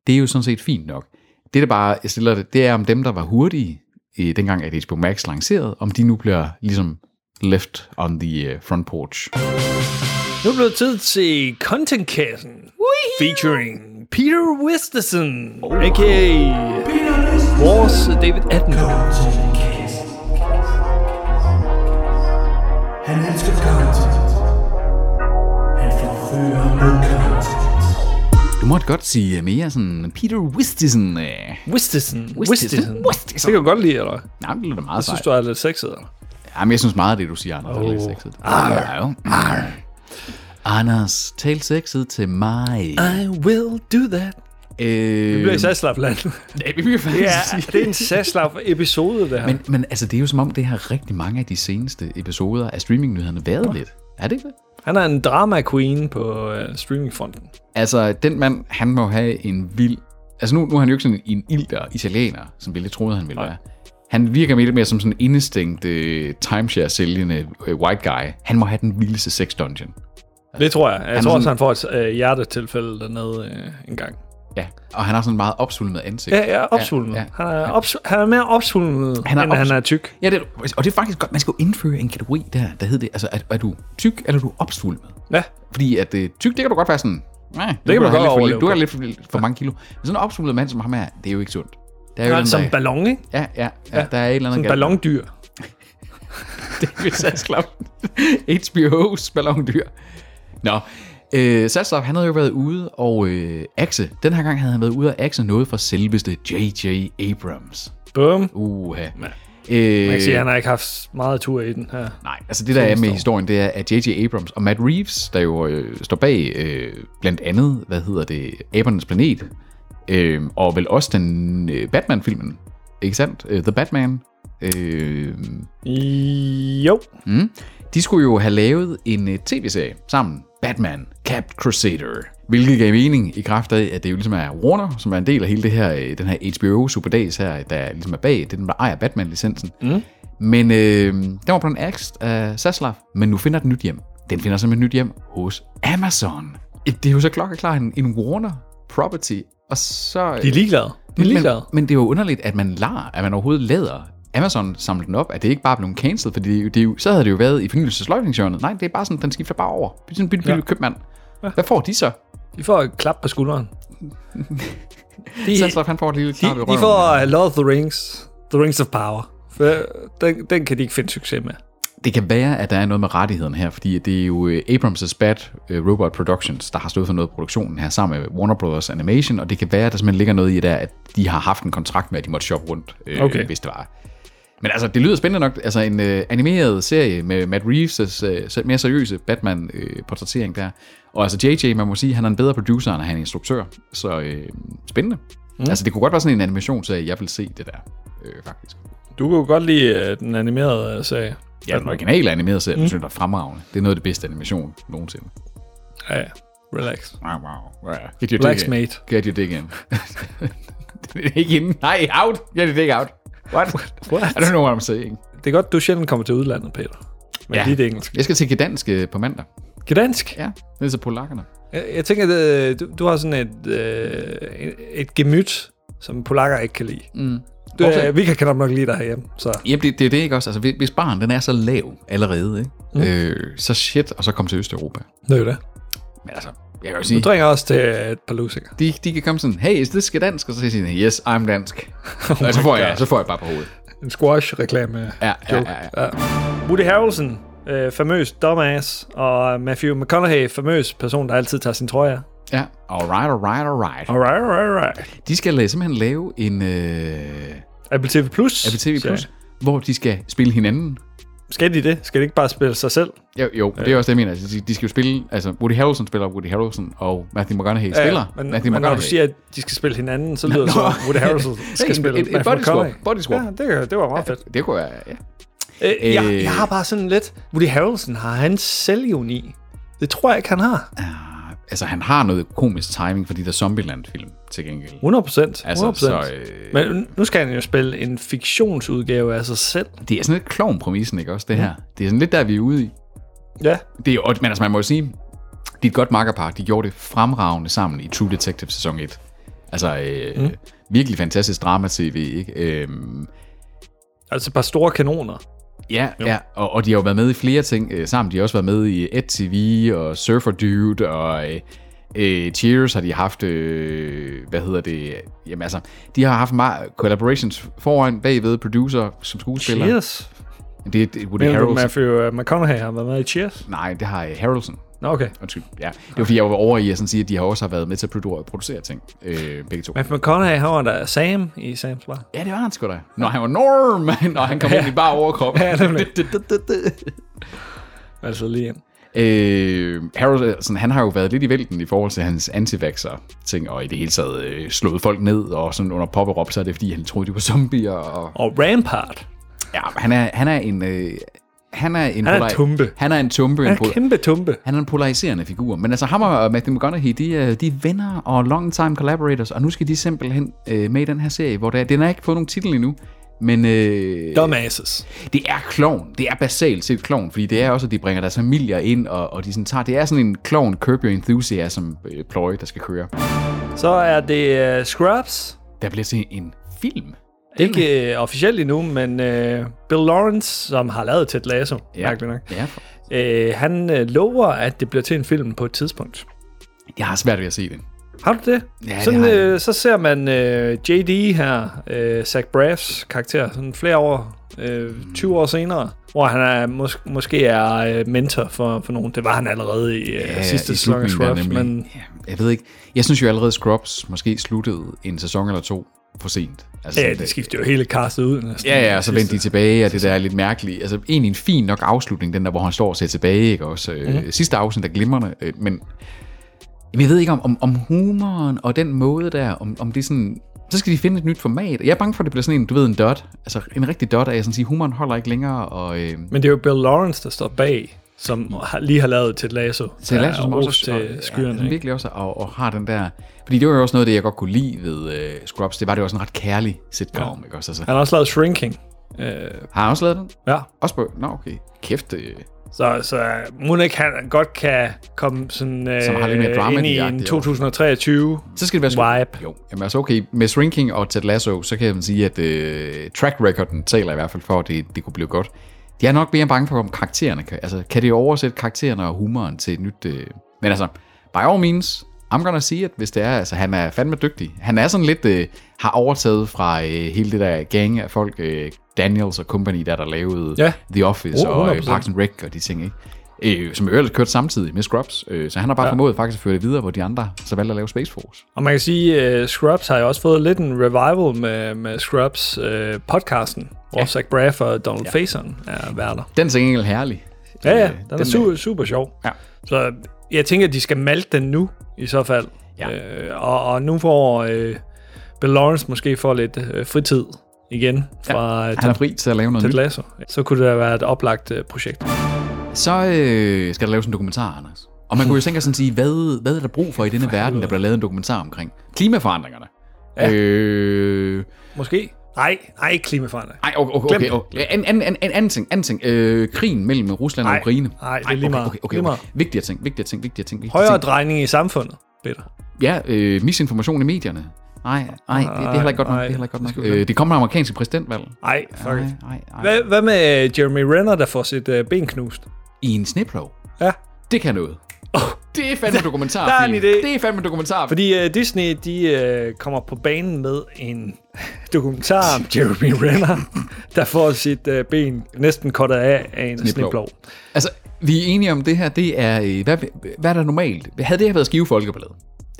S2: Det er jo sådan set fint nok. Det der bare stiller det, det er om dem, der var hurtige, øh, dengang at HBO Max lancerede, om de nu bliver ligesom left on the øh, front porch.
S1: Nu blev det tid til Contentkassen, featuring Peter Wisterson, a.k.a. Vores David Attenborough.
S4: Han elsker content. Han forfører med content.
S2: Du måtte godt sige øh, mere sådan Peter Wistison. Øh,
S1: Wisterson.
S2: Wisterson.
S1: Wisterson. Det
S2: Wisterson.
S1: kan du godt lide, eller? hvad?
S2: nej, det lyder da meget
S1: Synes
S2: sejt.
S1: du, er lidt sexet, eller?
S2: Jamen, jeg synes meget af det, du siger, Anders, oh. er lidt sexet. Arr. Jo. Arr. Anders, tal sexet til mig.
S1: I will do that.
S2: Øh,
S1: Det bliver i Saslapland.
S2: ja, vi bliver faktisk
S1: ja, det er en Saslap-episode, det her.
S2: Men, men altså, det er jo som om, det har rigtig mange af de seneste episoder af streamingnyhederne været lidt. Er det ikke det?
S1: Han er en drama queen på øh, streamingfronten.
S2: Altså, den mand, han må have en vild... Altså, nu, nu er han jo ikke sådan en ilter italiener, som vi lidt troede, han ville være. Han virker mere lidt mere som sådan en indestængt øh, timeshare-sælgende øh, white guy. Han må have den vildeste sex dungeon.
S1: Det tror jeg. Jeg
S2: er
S1: tror også,
S2: sådan-
S1: han får et øh, hjertetilfælde dernede øh, en gang.
S2: Ja. Og han har sådan en meget opsulmet ansigt.
S1: Ja, ja, opsvulmet.
S2: Ja,
S1: Ja,
S2: ja.
S1: ja. Han, er opsvul- han er mere opsvulmet, han
S2: Han er
S1: er end han
S2: opsvul-
S1: er tyk.
S2: Ja, det, er- og det er faktisk godt. Man skal jo indføre en kategori der, der hedder det. Altså, er, er du tyk, eller er du opsvulmet?
S1: Ja.
S2: Fordi at øh, tyk, det kan du godt være sådan... Nej, det
S1: kan man godt
S2: lidt for,
S1: overleve
S2: Du har
S1: på.
S2: lidt for, for mange kilo. Men sådan en opsvulmet mand som ham her, det er jo ikke sundt. Der er jo
S1: Han er
S2: den,
S1: som
S2: der,
S1: ballon, ikke?
S2: ja, ja, ja, der er et eller andet
S1: En
S2: galt.
S1: ballondyr.
S2: ved Sassklap. HBO's ballondyr. Nå, øh, Sassklap, han havde jo været ude og øh, akse. Den her gang havde han været ude og akse noget fra selveste J.J. Abrams.
S1: Bum.
S2: Øh. Uha.
S1: Man kan sige,
S2: Øh,
S1: at han har ikke haft meget tur i den her.
S2: Nej, altså det der er med historien, det er, at J.J. Abrams og Matt Reeves, der jo øh, står bag øh, blandt andet, hvad hedder det, Abernes Planet, øh, og vel også den øh, Batman-filmen, ikke sandt? Øh, The Batman. Øh,
S1: Jo.
S2: de skulle jo have lavet en øh, tv-serie sammen, Batman Cap Crusader, hvilket gav mening i kraft af, at det jo ligesom er Warner, som er en del af hele det her, øh, den her HBO Superdays her, der ligesom er bag, det er den, der ejer Batman-licensen. Mm. Men øh, den var blevet axed af Saslav, men nu finder den nyt hjem. Den finder simpelthen nyt hjem hos Amazon. Det er jo så klokkeklart en, en Warner property, og så...
S1: De er ligeglade. De er ligeglade.
S2: Men, men det er jo underligt, at man lader, at man overhovedet lader Amazon samle den op, at det ikke bare blev cancelled, fordi det, er jo- det, er jo- så havde det jo været i fornyelsesløjtningsjørnet. Nej, det er bare sådan, den skifter bare over. Det er sådan en billig ja. købmand. Hvad får de så?
S1: De får et klap på skulderen. De,
S2: Sandslav, han får et lille
S1: de,
S2: klap i
S1: de
S2: røven.
S1: får uh, Lord of the Rings. The Rings of Power. For den, den kan de ikke finde succes med.
S2: Det kan være, at der er noget med rettigheden her, fordi det er jo øh, Abrams' Bat øh, Robot Productions, der har stået for noget af produktionen her sammen med Warner Brothers Animation, og det kan være, at der simpelthen ligger noget i der, at de har haft en kontrakt med, at de måtte shoppe rundt, øh, okay.
S1: Okay.
S2: hvis det var. Men altså, det lyder spændende nok. Altså, en øh, animeret serie med Matt Reeves' øh, selv mere seriøse Batman-portrættering der. Og altså, JJ, man må sige, han er en bedre producer, end han er en instruktør. Så øh, spændende. Mm. Altså, det kunne godt være sådan en animationsserie, jeg vil se det der, øh, faktisk.
S1: Du kunne jo godt lide uh, den animerede uh, serie.
S2: Ja, den originale animerede serie, mm. synes jeg er fremragende. Det er noget af det bedste animation nogensinde.
S1: Ja, ja. Relax.
S2: Wow, wow. Ja. Get your
S1: Relax,
S2: dick in.
S1: mate.
S2: Get your dick in. det er ikke in. Nej, out. Get your dick out. What?
S1: What?
S2: I don't know what I'm saying.
S1: Det er godt, du sjældent kommer til udlandet, Peter. Men
S2: Ja.
S1: ja. dit engelsk.
S2: Jeg skal til Gdansk øh, på mandag.
S1: Gdansk?
S2: Ja, ned til polakkerne.
S1: Jeg, jeg tænker, at øh, du, du har sådan et, øh, et- et gemyt, som polakker ikke kan lide. Mm. Du,
S2: Fortsæt.
S1: øh, vi kan knap nok lide dig herhjemme, så...
S2: Jamen, det, det er det, ikke også? Altså, hvis- hvis barn, den er så lav allerede, ikke? Mm. Øh, så shit, og så kom til Østeuropa.
S1: Det er jo det.
S2: Men altså, jeg kan jo
S1: Du
S2: sige,
S1: drikker også til et par lusinger.
S2: de, de kan komme sådan, hey, is this dansk? Og så siger de, yes, I'm dansk. oh og så får, jeg, så får jeg bare på hovedet.
S1: En squash-reklame.
S2: Ja, ja, ja, ja.
S1: Woody Harrelson, øh, famøs dumbass, og Matthew McConaughey, famøs person, der altid tager sin trøje af.
S2: Ja, alright, alright, alright.
S1: Alright, alright, alright.
S2: De skal øh, simpelthen lave en øh,
S1: Apple TV Plus.
S2: Apple TV+,
S1: Så
S2: Plus, hvor de skal spille hinanden.
S1: Skal de det? Skal de ikke bare spille sig selv?
S2: Jo, jo men det er også det, jeg mener. Altså, de, de skal jo spille, altså Woody Harrelson spiller Woody Harrelson, og Matthew McConaughey spiller
S1: men,
S2: Matthew
S1: men når du siger, at de skal spille hinanden, så lyder det som, at Woody Harrelson skal
S2: Hey,
S1: spille
S2: et- et
S1: Matthew
S2: body swap,
S1: McConaughey.
S2: body swap.
S1: Ja, det, det var meget fedt.
S2: Det kunne være, ja.
S1: Øh, jeg,
S2: Øh.
S1: jeg har bare sådan lidt... Woody Harrelson, har han selvjuni? Det tror jeg ikke, han har.
S2: Altså, han har noget komisk timing for de der Zombieland-film, til gengæld.
S1: 100 procent.
S2: Altså,
S1: 100
S2: så, øh,
S1: Men nu skal han jo spille en fiktionsudgave af sig selv.
S2: Det er sådan lidt klovn-præmissen, ikke også, det her? Det er sådan lidt der, vi er ude i.
S1: Ja.
S2: Det er jo, men altså, man må jo sige, de er et godt makkerpar. De gjorde det fremragende sammen i True Detective sæson 1. Altså, øh, mm. virkelig fantastisk drama-tv, ikke? Øhm,
S1: Altså et par store kanoner.
S2: ja, ja. Og, og de har jo været med i flere ting øh, sammen. De har også været med i Ed TV og Surfer Dude og øh, øh, Cheers har de haft, øh, hvad hedder det? Jamen altså, de har haft meget collaborations foran, bagved, producer, som skuespiller.
S1: Cheers.
S2: Det er det er Woody
S1: Mener du,
S2: Harrelson.
S1: Matthew øh, McConaughey har været med i Cheers?
S2: Nej, det har øh, Harrelson.
S1: Nå, okay.
S2: Undskyld, ja. Det var fordi, jeg var over i at sådan sige, at de har også har været med til at produ- producere ting, øh, begge to.
S1: Matthew McConaughey, han var der Sam i Sam's Bar.
S2: Ja, det var han sgu da. Når han var Norm, når han kom ind i bare overkrop.
S1: Ja, nemlig. Altså lige ind.
S2: øh, Harrelson, han har jo været lidt i vælten i forhold til hans antivaxer ting og i det hele taget øh, slået folk ned, og sådan under pop så er det fordi, han troede, de var zombier. Og,
S1: Og Rampart.
S2: ja, han er, han er en... Øh, han er en,
S1: Han er en
S2: polari-
S1: tumpe.
S2: Han er en tumpe. en
S1: Han er
S2: pola-
S1: kæmpe tumpe.
S2: Han er en polariserende figur. Men altså, ham og Matthew McConaughey, de, er- de er venner og long-time collaborators, og nu skal de simpelthen øh, med i den her serie, hvor der, den har ikke fået nogen titel endnu, men øh,
S1: Dumbasses.
S2: det er klovn. Det er basalt set klovn, fordi det er også, at de bringer deres familier ind, og, og de sådan tager, det er sådan en klovn Curb Your Enthusiasm øh, pløje, der skal køre.
S1: Så er det uh, Scrubs.
S2: Der bliver til en film.
S1: Ikke øh, officielt endnu, men øh, Bill Lawrence, som har lavet Ted Lasso, ja. nok,
S2: ja.
S1: øh, han øh, lover, at det bliver til en film på et tidspunkt.
S2: Jeg har svært ved at se den.
S1: Har du det?
S2: Ja,
S1: sådan,
S2: det har jeg.
S1: øh, så ser man øh, JD her, øh, Zach Braffs karakter, sådan flere år,
S2: Hmm.
S1: øh, 20 år senere, hvor han er, mås- måske er øh, mentor for, for nogen. Det var han allerede i øh, ja, sidste sæson af
S2: slutningen der
S1: Scrubs,
S2: nemlig.
S1: men
S2: Ja, jeg ved ikke. Jeg synes jo allerede, Scrubs måske sluttede en sæson eller to for sent. Altså,
S1: ja,
S2: sådan,
S1: det skifter jo hele castet ud. Næsten,
S2: Ja, ja, og så vendte de
S1: Sidste-
S2: tilbage, og det der er lidt mærkeligt. Altså, egentlig en fin nok afslutning, den der, hvor han står og ser tilbage, ikke også?
S1: Mhm.
S2: Mm. Sidste afsnit er glimrende, øh, men Jamen, jeg ved ikke, om, om, om humoren og den måde der, om, om det er sådan... Så skal de finde et nyt format. Jeg er bange for, at det bliver sådan en, du ved, en dot. Altså, en rigtig dot af at sådan sige, humoren holder ikke længere, og... Øh,
S1: Men det er jo Bill Lawrence, der står bag, som har, lige har lavet Ted Lasso.
S2: Ted Lasso,
S1: som
S2: som også
S1: til
S2: ja,
S1: skyerne.
S2: som
S1: ikke?
S2: virkelig også og, og har den der... Fordi det var jo også noget af det, jeg godt kunne lide ved øh, Scrubs. Det var det også en ret kærlig sitcom, ja. ikke også? Altså,
S1: Han har også lavet Shrinking. Øh,
S2: har han også lavet den?
S1: ja,
S2: Også på... Nå, okay. Kæft, øh,
S1: så, så Munich han godt kan komme sådan øh,
S2: Som har lidt mere drama
S1: ind i en
S2: agtigt, jo.
S1: 2023.
S2: Så skal det være sgu-
S1: Vibe.
S2: Jo, jamen altså okay, med Shrinking og Ted Lasso, så kan jeg sige, at øh, track recorden taler i hvert fald for, at det, det kunne blive godt. Jeg er nok mere bange for, om karaktererne kan... Altså, kan det oversætte karaktererne og humoren til et nyt... Øh, men altså, by all means, I'm gonna see it, hvis det er. Altså, han er fandme dygtig. Han er sådan lidt... Øh, har overtaget fra øh, hele det der gang af folk, øh, Daniels og company, der der lavede
S1: Ja.
S2: The Office
S1: Oh,
S2: og øh,
S1: 100%.
S2: Parks and Rec og de ting, ikke? Øh, som jo ellers kørte samtidig med Scrubs. Øh, så han har bare ja. formået faktisk at føre det videre, hvor de andre så valgte at lave Space Force.
S1: Og man kan sige, uh, Scrubs har jo også fået lidt en revival med, med Scrubs uh, podcasten, hvor ja. Zach Braff og Donald ja. Faison er værter.
S2: Den er til gengæld herlig.
S1: Ja, ja,
S2: Øh,
S1: den, er super, super sjov.
S2: Ja.
S1: Så jeg tænker, at de skal malte den nu, i så fald.
S2: Ja.
S1: Øh, og, og nu får øh, Bill Lawrence måske får lidt øh, fritid igen fra ja.
S2: Han er fri til at lave noget
S1: Ted
S2: nyt.
S1: Lasso. Så kunne det være et oplagt øh, projekt.
S2: Så øh, skal der laves en dokumentar, Anders. Og man kunne jo tænke sig sådan sige, hvad, hvad er der brug for i denne verden, der bliver lavet en dokumentar omkring? Klimaforandringerne. Ja. Øh,
S1: Måske? Nej, nej, ikke klimaforandring.
S2: ej, okay, okay, okay, okay. En, en, en, en anden ting, anden ting. Øh, krigen mellem Rusland og
S1: Ej,
S2: Ukraine.
S1: ej, det er lige meget.
S2: Okay, okay,
S1: Lige
S2: okay,
S1: meget.
S2: okay. Vigtigere ting, vigtigere ting, vigtigere ting. Vigtigere
S1: Højere
S2: ting.
S1: drejning i samfundet, Peter.
S2: Ja, øh, misinformation i medierne. Nej, nej, det, det er heller ikke godt nok.
S1: Ej,
S2: Det, er heller ikke godt
S1: det
S2: nok.
S1: skal vi
S2: Øh, det kommer amerikanske præsidentvalg.
S1: Nej, fuck.
S2: Nej, nej, nej.
S1: Hvad, hvad med øh, Jeremy Renner, der får sit øh, ben knust?
S2: I en sneplov.
S1: Ja,
S2: Det kan noget. Oh, det er fandme dokumentarfilm.
S1: der er en idé.
S2: Det er fandme dokumentarfilm.
S1: fordi øh, Disney, de øh, kommer på banen med en dokumentar om Jeremy Renner, der får sit øh, ben næsten kottet af af en
S2: Sneplov.
S1: sneplov.
S2: Altså, vi er enige om det her. Det er, øh, hvad, hvad er der normalt? Havde det her været Skive Folkeblad,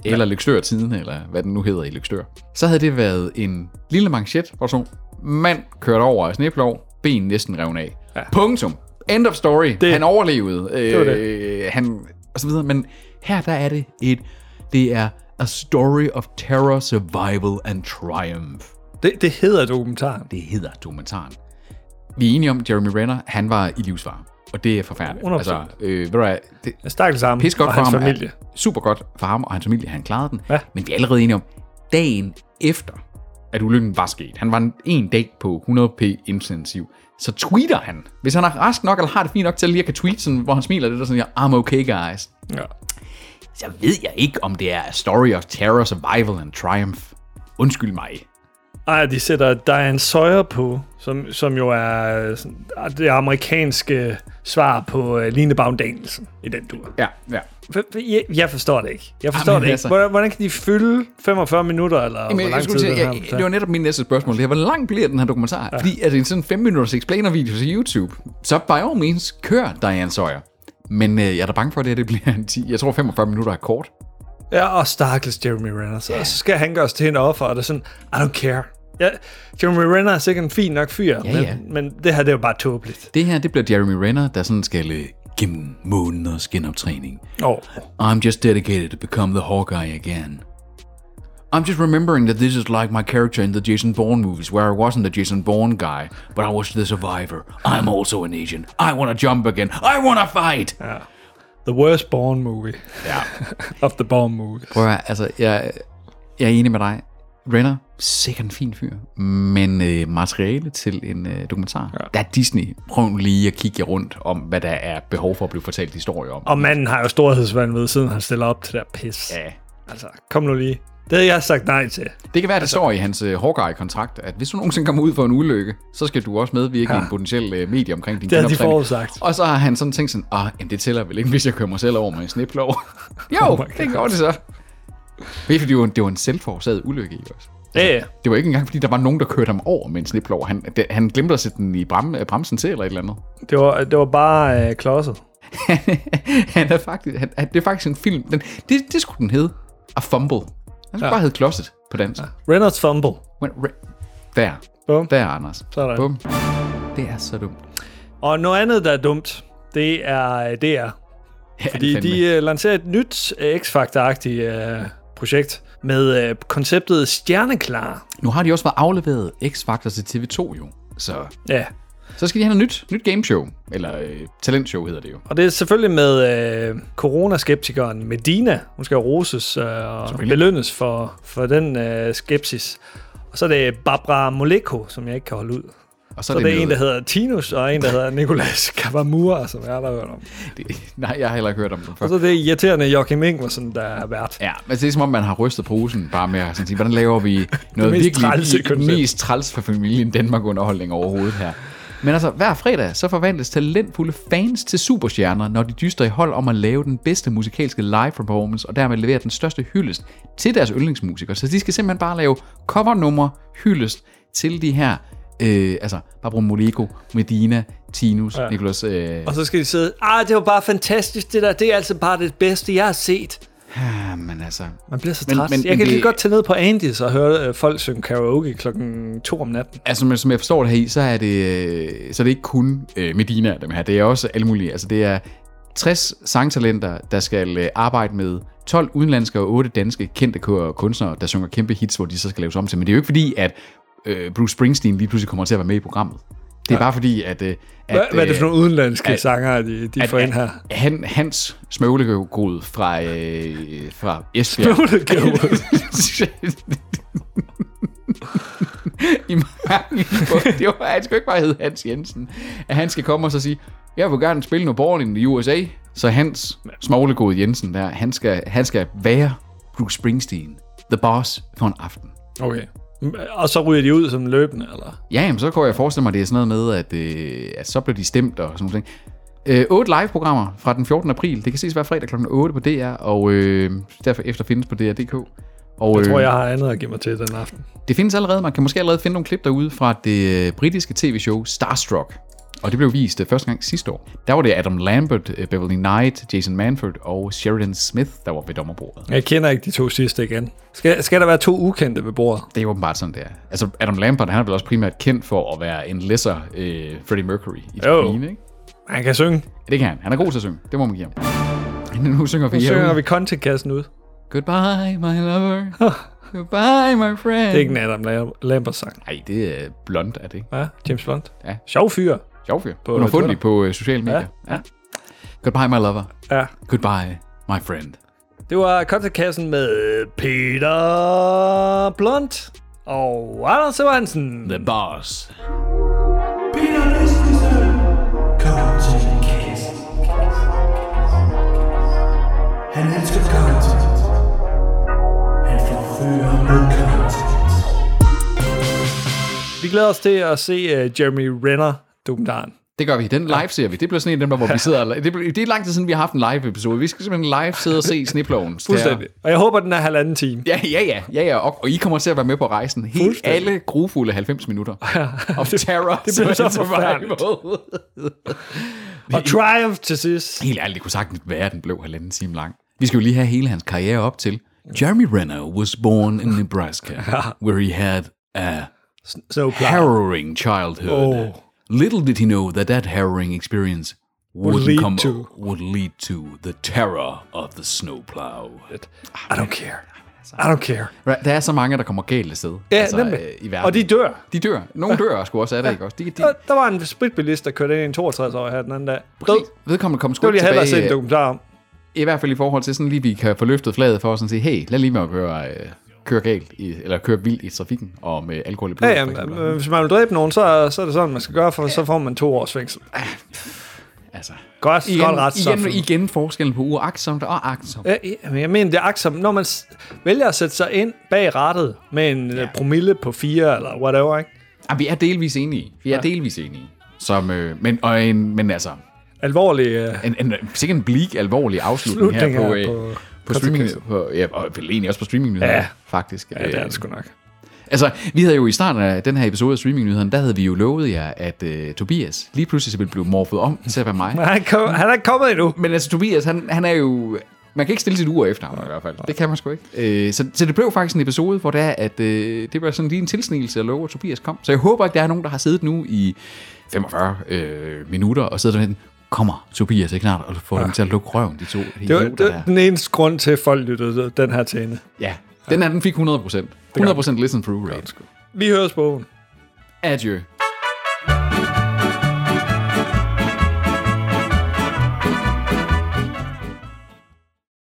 S2: eller Lykstør-tiden, eller hvad den nu hedder i Lykstør, så havde det været en lille manchet, hvor sådan mand kørte over af sneplov, ben næsten revne af. Ja. Punktum. End of story. Det, han overlevede.
S1: var det.
S2: Øh, han, og så videre. Men her, der er det et, det er A Story of Terror, Survival and Triumph.
S1: Det, det hedder dokumentaren.
S2: Det hedder dokumentaren. Vi er enige om, Jeremy Renner, han var i livsfare. Og det er forfærdeligt.
S1: 100%.
S2: Altså, øh, ved du hvad, det,
S1: Jeg stakkel sammen
S2: pis godt
S1: Altså, og
S2: for
S1: hans
S2: ham.
S1: familie.
S2: Super godt for ham og hans familie, han klarede den.
S1: Ja.
S2: Men vi er allerede enige om, dagen efter, at ulykken var sket, han var en, en dag på 100p intensiv, så tweeter han. Hvis han er rask nok, eller har det fint nok til at lige at kan tweete, sådan, hvor han smiler lidt og sådan, her, I'm okay guys.
S1: Ja.
S2: Så ved jeg ikke, om det er A Story of Terror, Survival and Triumph. Undskyld mig.
S1: Ej, de sætter Diane Sawyer på, som, som jo er øh, sådan- det amerikanske svar på øh, Line Baum Danielsen i den tur.
S2: Ja, ja.
S1: F- f- Jeg, jeg forstår det ikke. Jeg forstår
S2: Jamen,
S1: det ikke.
S2: altså.
S1: Hvordan, hvordan kan de fylde 45 minutter, eller Jamen, Altså, hvor
S2: Men jeg
S1: lang tid
S2: skulle
S1: det
S2: sige,
S1: her?
S2: jeg, det var netop min næste spørgsmål. Det her, hvor lang bliver den her dokumentar? Ja. Fordi er det en sådan 5 minutters explainer-video til YouTube, så by all means, kør Diane Sawyer. Men øh, jeg er da bange for, at det, her, det bliver en 10. Jeg tror, 45 minutter er kort.
S1: Ja, og stakkels Jeremy Renner. Så, så skal han gøres til en offer, og det er sådan, I don't care. Ja, Jeremy Renner er sikkert en fin nok fyr,
S2: Ja,
S1: men,
S2: ja.
S1: men det her, det er jo bare tåbeligt.
S2: Det her, det bliver Jeremy Renner, der sådan skal øh, gennem måneders genoptræning.
S1: Oh.
S2: I'm just dedicated to become the Hawkeye again. I'm just remembering that this is like my character in the Jason Bourne movies, where I wasn't the Jason Bourne guy, but I was the survivor. I'm also an Asian. I want to jump again. I want to fight!
S1: The worst Bourne movie.
S2: Ja.
S1: of the Bourne movie.
S2: Prøv at, høre, altså, jeg, jeg er enig med dig. Renner, sikkert en fin fyr, men øh, materiale til en øh, dokumentar, ja. der er Disney. Prøv nu lige at kigge jer rundt om, hvad der er behov for at blive fortalt historier om.
S1: Og manden har jo storhedsvandvid, siden han stiller op til der pis.
S2: Ja.
S1: Altså, kom nu lige. Det havde jeg sagt nej til.
S2: Det kan være, at det altså, står i hans øh, Hawkeye-kontrakt, at hvis du nogensinde kommer ud for en ulykke, så skal du også medvirke ja. i en potentiel øh, medie omkring din
S1: Det havde de
S2: genoptræning.
S1: forudsagt.
S2: Og så har han sådan tænkt sådan, ah, jamen det tæller vel ikke, hvis jeg kører mig selv over med en sniplov. jo,
S1: Oh
S2: oh
S1: my
S2: det går det så. Ved du, det var en, det var en selvforsaget ulykke i også.
S1: Ja, ja.
S2: Det var ikke engang, fordi der var nogen, der kørte ham over med en sniplov. Han, det, han glemte at sætte den i brem, øh, bremsen til eller et eller andet.
S1: Det var, det var bare øh, klodset.
S2: han er faktisk, han, han, det er faktisk en film. Den, det, det skulle den hedde. A Fumble. Han skulle ja. bare hedde Closet på dansk. Ja.
S1: Reynolds fumble.
S2: Men, re, der.
S1: Bum.
S2: Der, Anders.
S1: Sådan.
S2: Bum. Det er så dumt.
S1: Og noget andet, der er dumt, det er øh, DR.
S2: Ja,
S1: Fordi
S2: det er fandme.
S1: de øh, lancerer et nyt øh, X-Factor-agtigt øh, projekt med øh, konceptet Stjerneklar.
S2: Nu har de også været afleveret X-Factor til TV2 jo. Så,
S1: Ja,
S2: så skal de have noget nyt, nyt gameshow. Eller øh, talentshow hedder det jo.
S1: og det er selvfølgelig med øh, coronaskeptikeren Medina. Hun skal jo roses øh, og belønnes for, for den øh, skepsis. Og så er det Barbara Moleko, som jeg ikke kan holde ud.
S2: Og
S1: Så det er en, der
S2: noget-
S1: hedder Tinus, og en, der hedder Nicolas Kavamura, som jeg aldrig har hørt om.
S2: det, Nej, jeg har heller ikke hørt om den før.
S1: Og så er det irriterende Joachim Ingvarsen, der er vært.
S2: Ja, men det er som om, man har rystet posen bare med at sådan sige, hvordan laver vi noget
S1: mest
S2: virkelig
S1: trælse koncept.
S2: mest træls for familien Danmark underholdning overhovedet her. Men altså, hver fredag, så forvandles talentfulde fans til superstjerner, når de dyster i hold om at lave den bedste musikalske live performance, og dermed levere den største hyldest til deres yndlingsmusikere. Så de skal simpelthen bare lave covernummer hyldest til de her, øh, altså Barbro Moleko, Medina, Tinus, ja. Nicolas... Øh,
S1: Og så skal de sidde, ah, det var bare fantastisk det der, det er altså bare det bedste, jeg har set.
S2: ja, men altså,
S1: Man bliver så
S2: Men-
S1: træt.
S2: men-
S1: jeg
S2: men
S1: kan lige
S2: det-
S1: godt tage ned på Andys og høre øh, folk synge karaoke klokken 2 om natten.
S2: Altså, men som jeg forstår det her i, så er det, øh, så er det ikke kun øh, Medina af dem her. Det er også alle mulige. Altså, det er 60 sangtalenter, der skal øh, arbejde med 12 udenlandske og 8 danske kendte ku- kunstnere, der synger kæmpe hits, hvor de så skal laves om til. Men det er jo ikke fordi, at øh, Bruce Springsteen lige pludselig kommer til at være med i programmet. Det er bare fordi, at... Øh, at
S1: Hvad, hvad er det for nogle udenlandske
S2: at-
S1: sanger, de, de
S2: at-
S1: får ind her?
S2: at Han, Hans Smøvlegod fra, øh, fra Esbjerg. I mange måder. det var, han skulle ikke bare hedde Hans Jensen. At han skal komme og så sige, jeg vil gerne spille noget born i USA. Så Hans Smoglegod Jensen der, han skal, han skal være Bruce Springsteen. The boss for en aften.
S1: okay. Og så ryger de ud som løbende, eller?
S2: Ja, jamen, så kan jeg forestille mig, at det er sådan noget med, at, øh, at så bliver de stemt og sådan noget. Øh, 8 live-programmer fra den 14. april. Det kan ses hver fredag kl. 8 på DR, og øh, derfor efter findes på DR.dk. Og,
S1: Jeg
S2: øh,
S1: tror, jeg har andet at give mig til den aften.
S2: Det findes allerede. Man kan måske allerede finde nogle klip derude fra det øh, britiske tv-show Starstruck, Og det blev vist øh, første gang sidste år. Der var det Adam Lambert, øh, Beverly Knight, Jason Manford og Sheridan Smith, der var ved dommerbordet.
S1: Jeg kender ikke de to sidste igen. Skal, skal der være to ukendte ved bordet?
S2: Det er åbenbart sådan, det er. Altså, Adam Lambert, han er vel også primært kendt for at være en læsser øh, Freddie Mercury i
S1: Jo.
S2: Queen, ikke?
S1: Han kan synge.
S2: Ja, Det kan han. Han er god til at synge. Det må man give ham. Nu synger vi
S1: Nu
S2: herude.
S1: synger vi contentkassen ud.
S2: Goodbye, my lover. Goodbye, my friend.
S1: Det er ikke en Adam Lam- Lambert-sang.
S2: Nej, det er blond, er det ikke?
S1: Ja, James Bond.
S2: Ja.
S1: Sjov fyr.
S2: Sjov fyr.
S1: På
S2: Underfundig på øh, sociale medier. Ja. ja. Goodbye, my lover.
S1: Ja.
S2: Goodbye, my friend.
S1: Det var contentkassen med Peter Blunt og Anders Sørensen.
S2: The boss.
S4: Peter Christensen. Content Cast. Han elsker content. Han forfører med content.
S1: Vi glæder os til at se uh, Jeremy Renner dokumentaren.
S2: Det gør vi. Den live ser vi. Det bliver sådan en af dem, der, hvor vi sidder... og- Det, bliver- det er lang tid siden, vi har haft en live-episode. Vi skal simpelthen live sidde og se sniploven.
S1: Fuldstændig. Og jeg håber, den er halvanden time.
S2: Ja, ja, ja. ja, ja. Og, og I kommer til at være med på rejsen. Helt
S1: Fuldstændig.
S2: alle grufulde 90 minutter. Of terror.
S1: det bliver
S2: som
S1: så
S2: er
S1: forfærdeligt.
S2: survival.
S1: Og Triumph til sidst.
S2: Helt ærligt, det kunne sagtens være, at den blev halvanden time lang. Vi skal jo lige have hele hans karriere op til. Jeremy Renner was born in Nebraska, where he had a
S1: Snowplow.
S2: harrowing childhood.
S1: Oh.
S2: Little did he know that that harrowing experience would
S1: lead
S2: come,
S1: to-
S2: would lead to the terror of the snowplow.
S1: I don't care. I don't care.
S2: Right, Der er så mange, der kommer galt af sted.
S1: Ja, altså, nemlig.
S2: øh, i verden.
S1: og de dør.
S2: De dør. Nogle dør sgu også af det, ikke også? De, de,
S1: Der, der var en spritbilist, der kørte ind i en 62 år her den anden dag. Død.
S2: vedkommende kommer
S1: Det
S2: sgu
S1: vil
S2: ikke
S1: jeg hellere se en
S2: tilbage. øh,
S1: dokumentar om.
S2: I hvert fald i forhold til sådan lige, vi kan få løftet flaget for at sådan sige, hey, lad lige med at køre, øh, køre galt, i, eller køre vildt i trafikken, og med alkohol i blodet.
S1: Ja, øh,
S2: for eksempel.
S1: ja, hvis man vil dræbe nogen, så, så er det sådan, man skal gøre, for så får man to års fængsel.
S2: altså,
S1: Godt,
S2: igen,
S1: igen, godt ret,
S2: igen, igen, forskellen på uagtsomt og agtsomt.
S1: Ja, ja, men Øh, jeg mener, det er aksomt. Når man s- vælger at sætte sig ind bag rattet med en ja. promille på fire eller whatever, ikke?
S2: Ja. Ah, Vi er delvis enige. Vi er ja. delvis enige. Som, øh, men, og en, men altså,
S1: Alvorlig... Øh,
S2: en, en, sikkert en bleak, alvorlig afslutning her på,
S1: Slutning
S2: øh,
S1: her
S2: på,
S1: på
S2: på streaming. På, ja, og vel egentlig også på streaming
S1: Ja.
S2: faktisk.
S1: ja, det er det sgu nok.
S2: Altså, vi havde jo i starten af den her episode af streamingnyhederne, der havde vi jo lovet jer, at øh, Tobias lige pludselig ville blive morfet om til at være mig.
S1: Men han, kom, han er ikke kommet endnu.
S2: Men altså, Tobias, han, han er jo... Man kan ikke stille sit ur efter ham i hvert fald. Det kan man sgu ikke. Øh, så, så det blev faktisk en episode, hvor det er, at øh, det var sådan lige en tilsnigelse at love, at Tobias kom. Så jeg håber ikke, der er nogen, der har siddet nu i 45 øh, minutter og sidder derhen. Kommer Tobias ikke snart og får dem til at lukke røven, de to
S1: Det var,
S2: idioter
S1: det var
S2: der.
S1: den eneste grund til, at folk lyttede den her tale.
S2: Ja, den her, den fik 100 100 listen through rate.
S1: Vi høres på ugen.
S2: Adieu.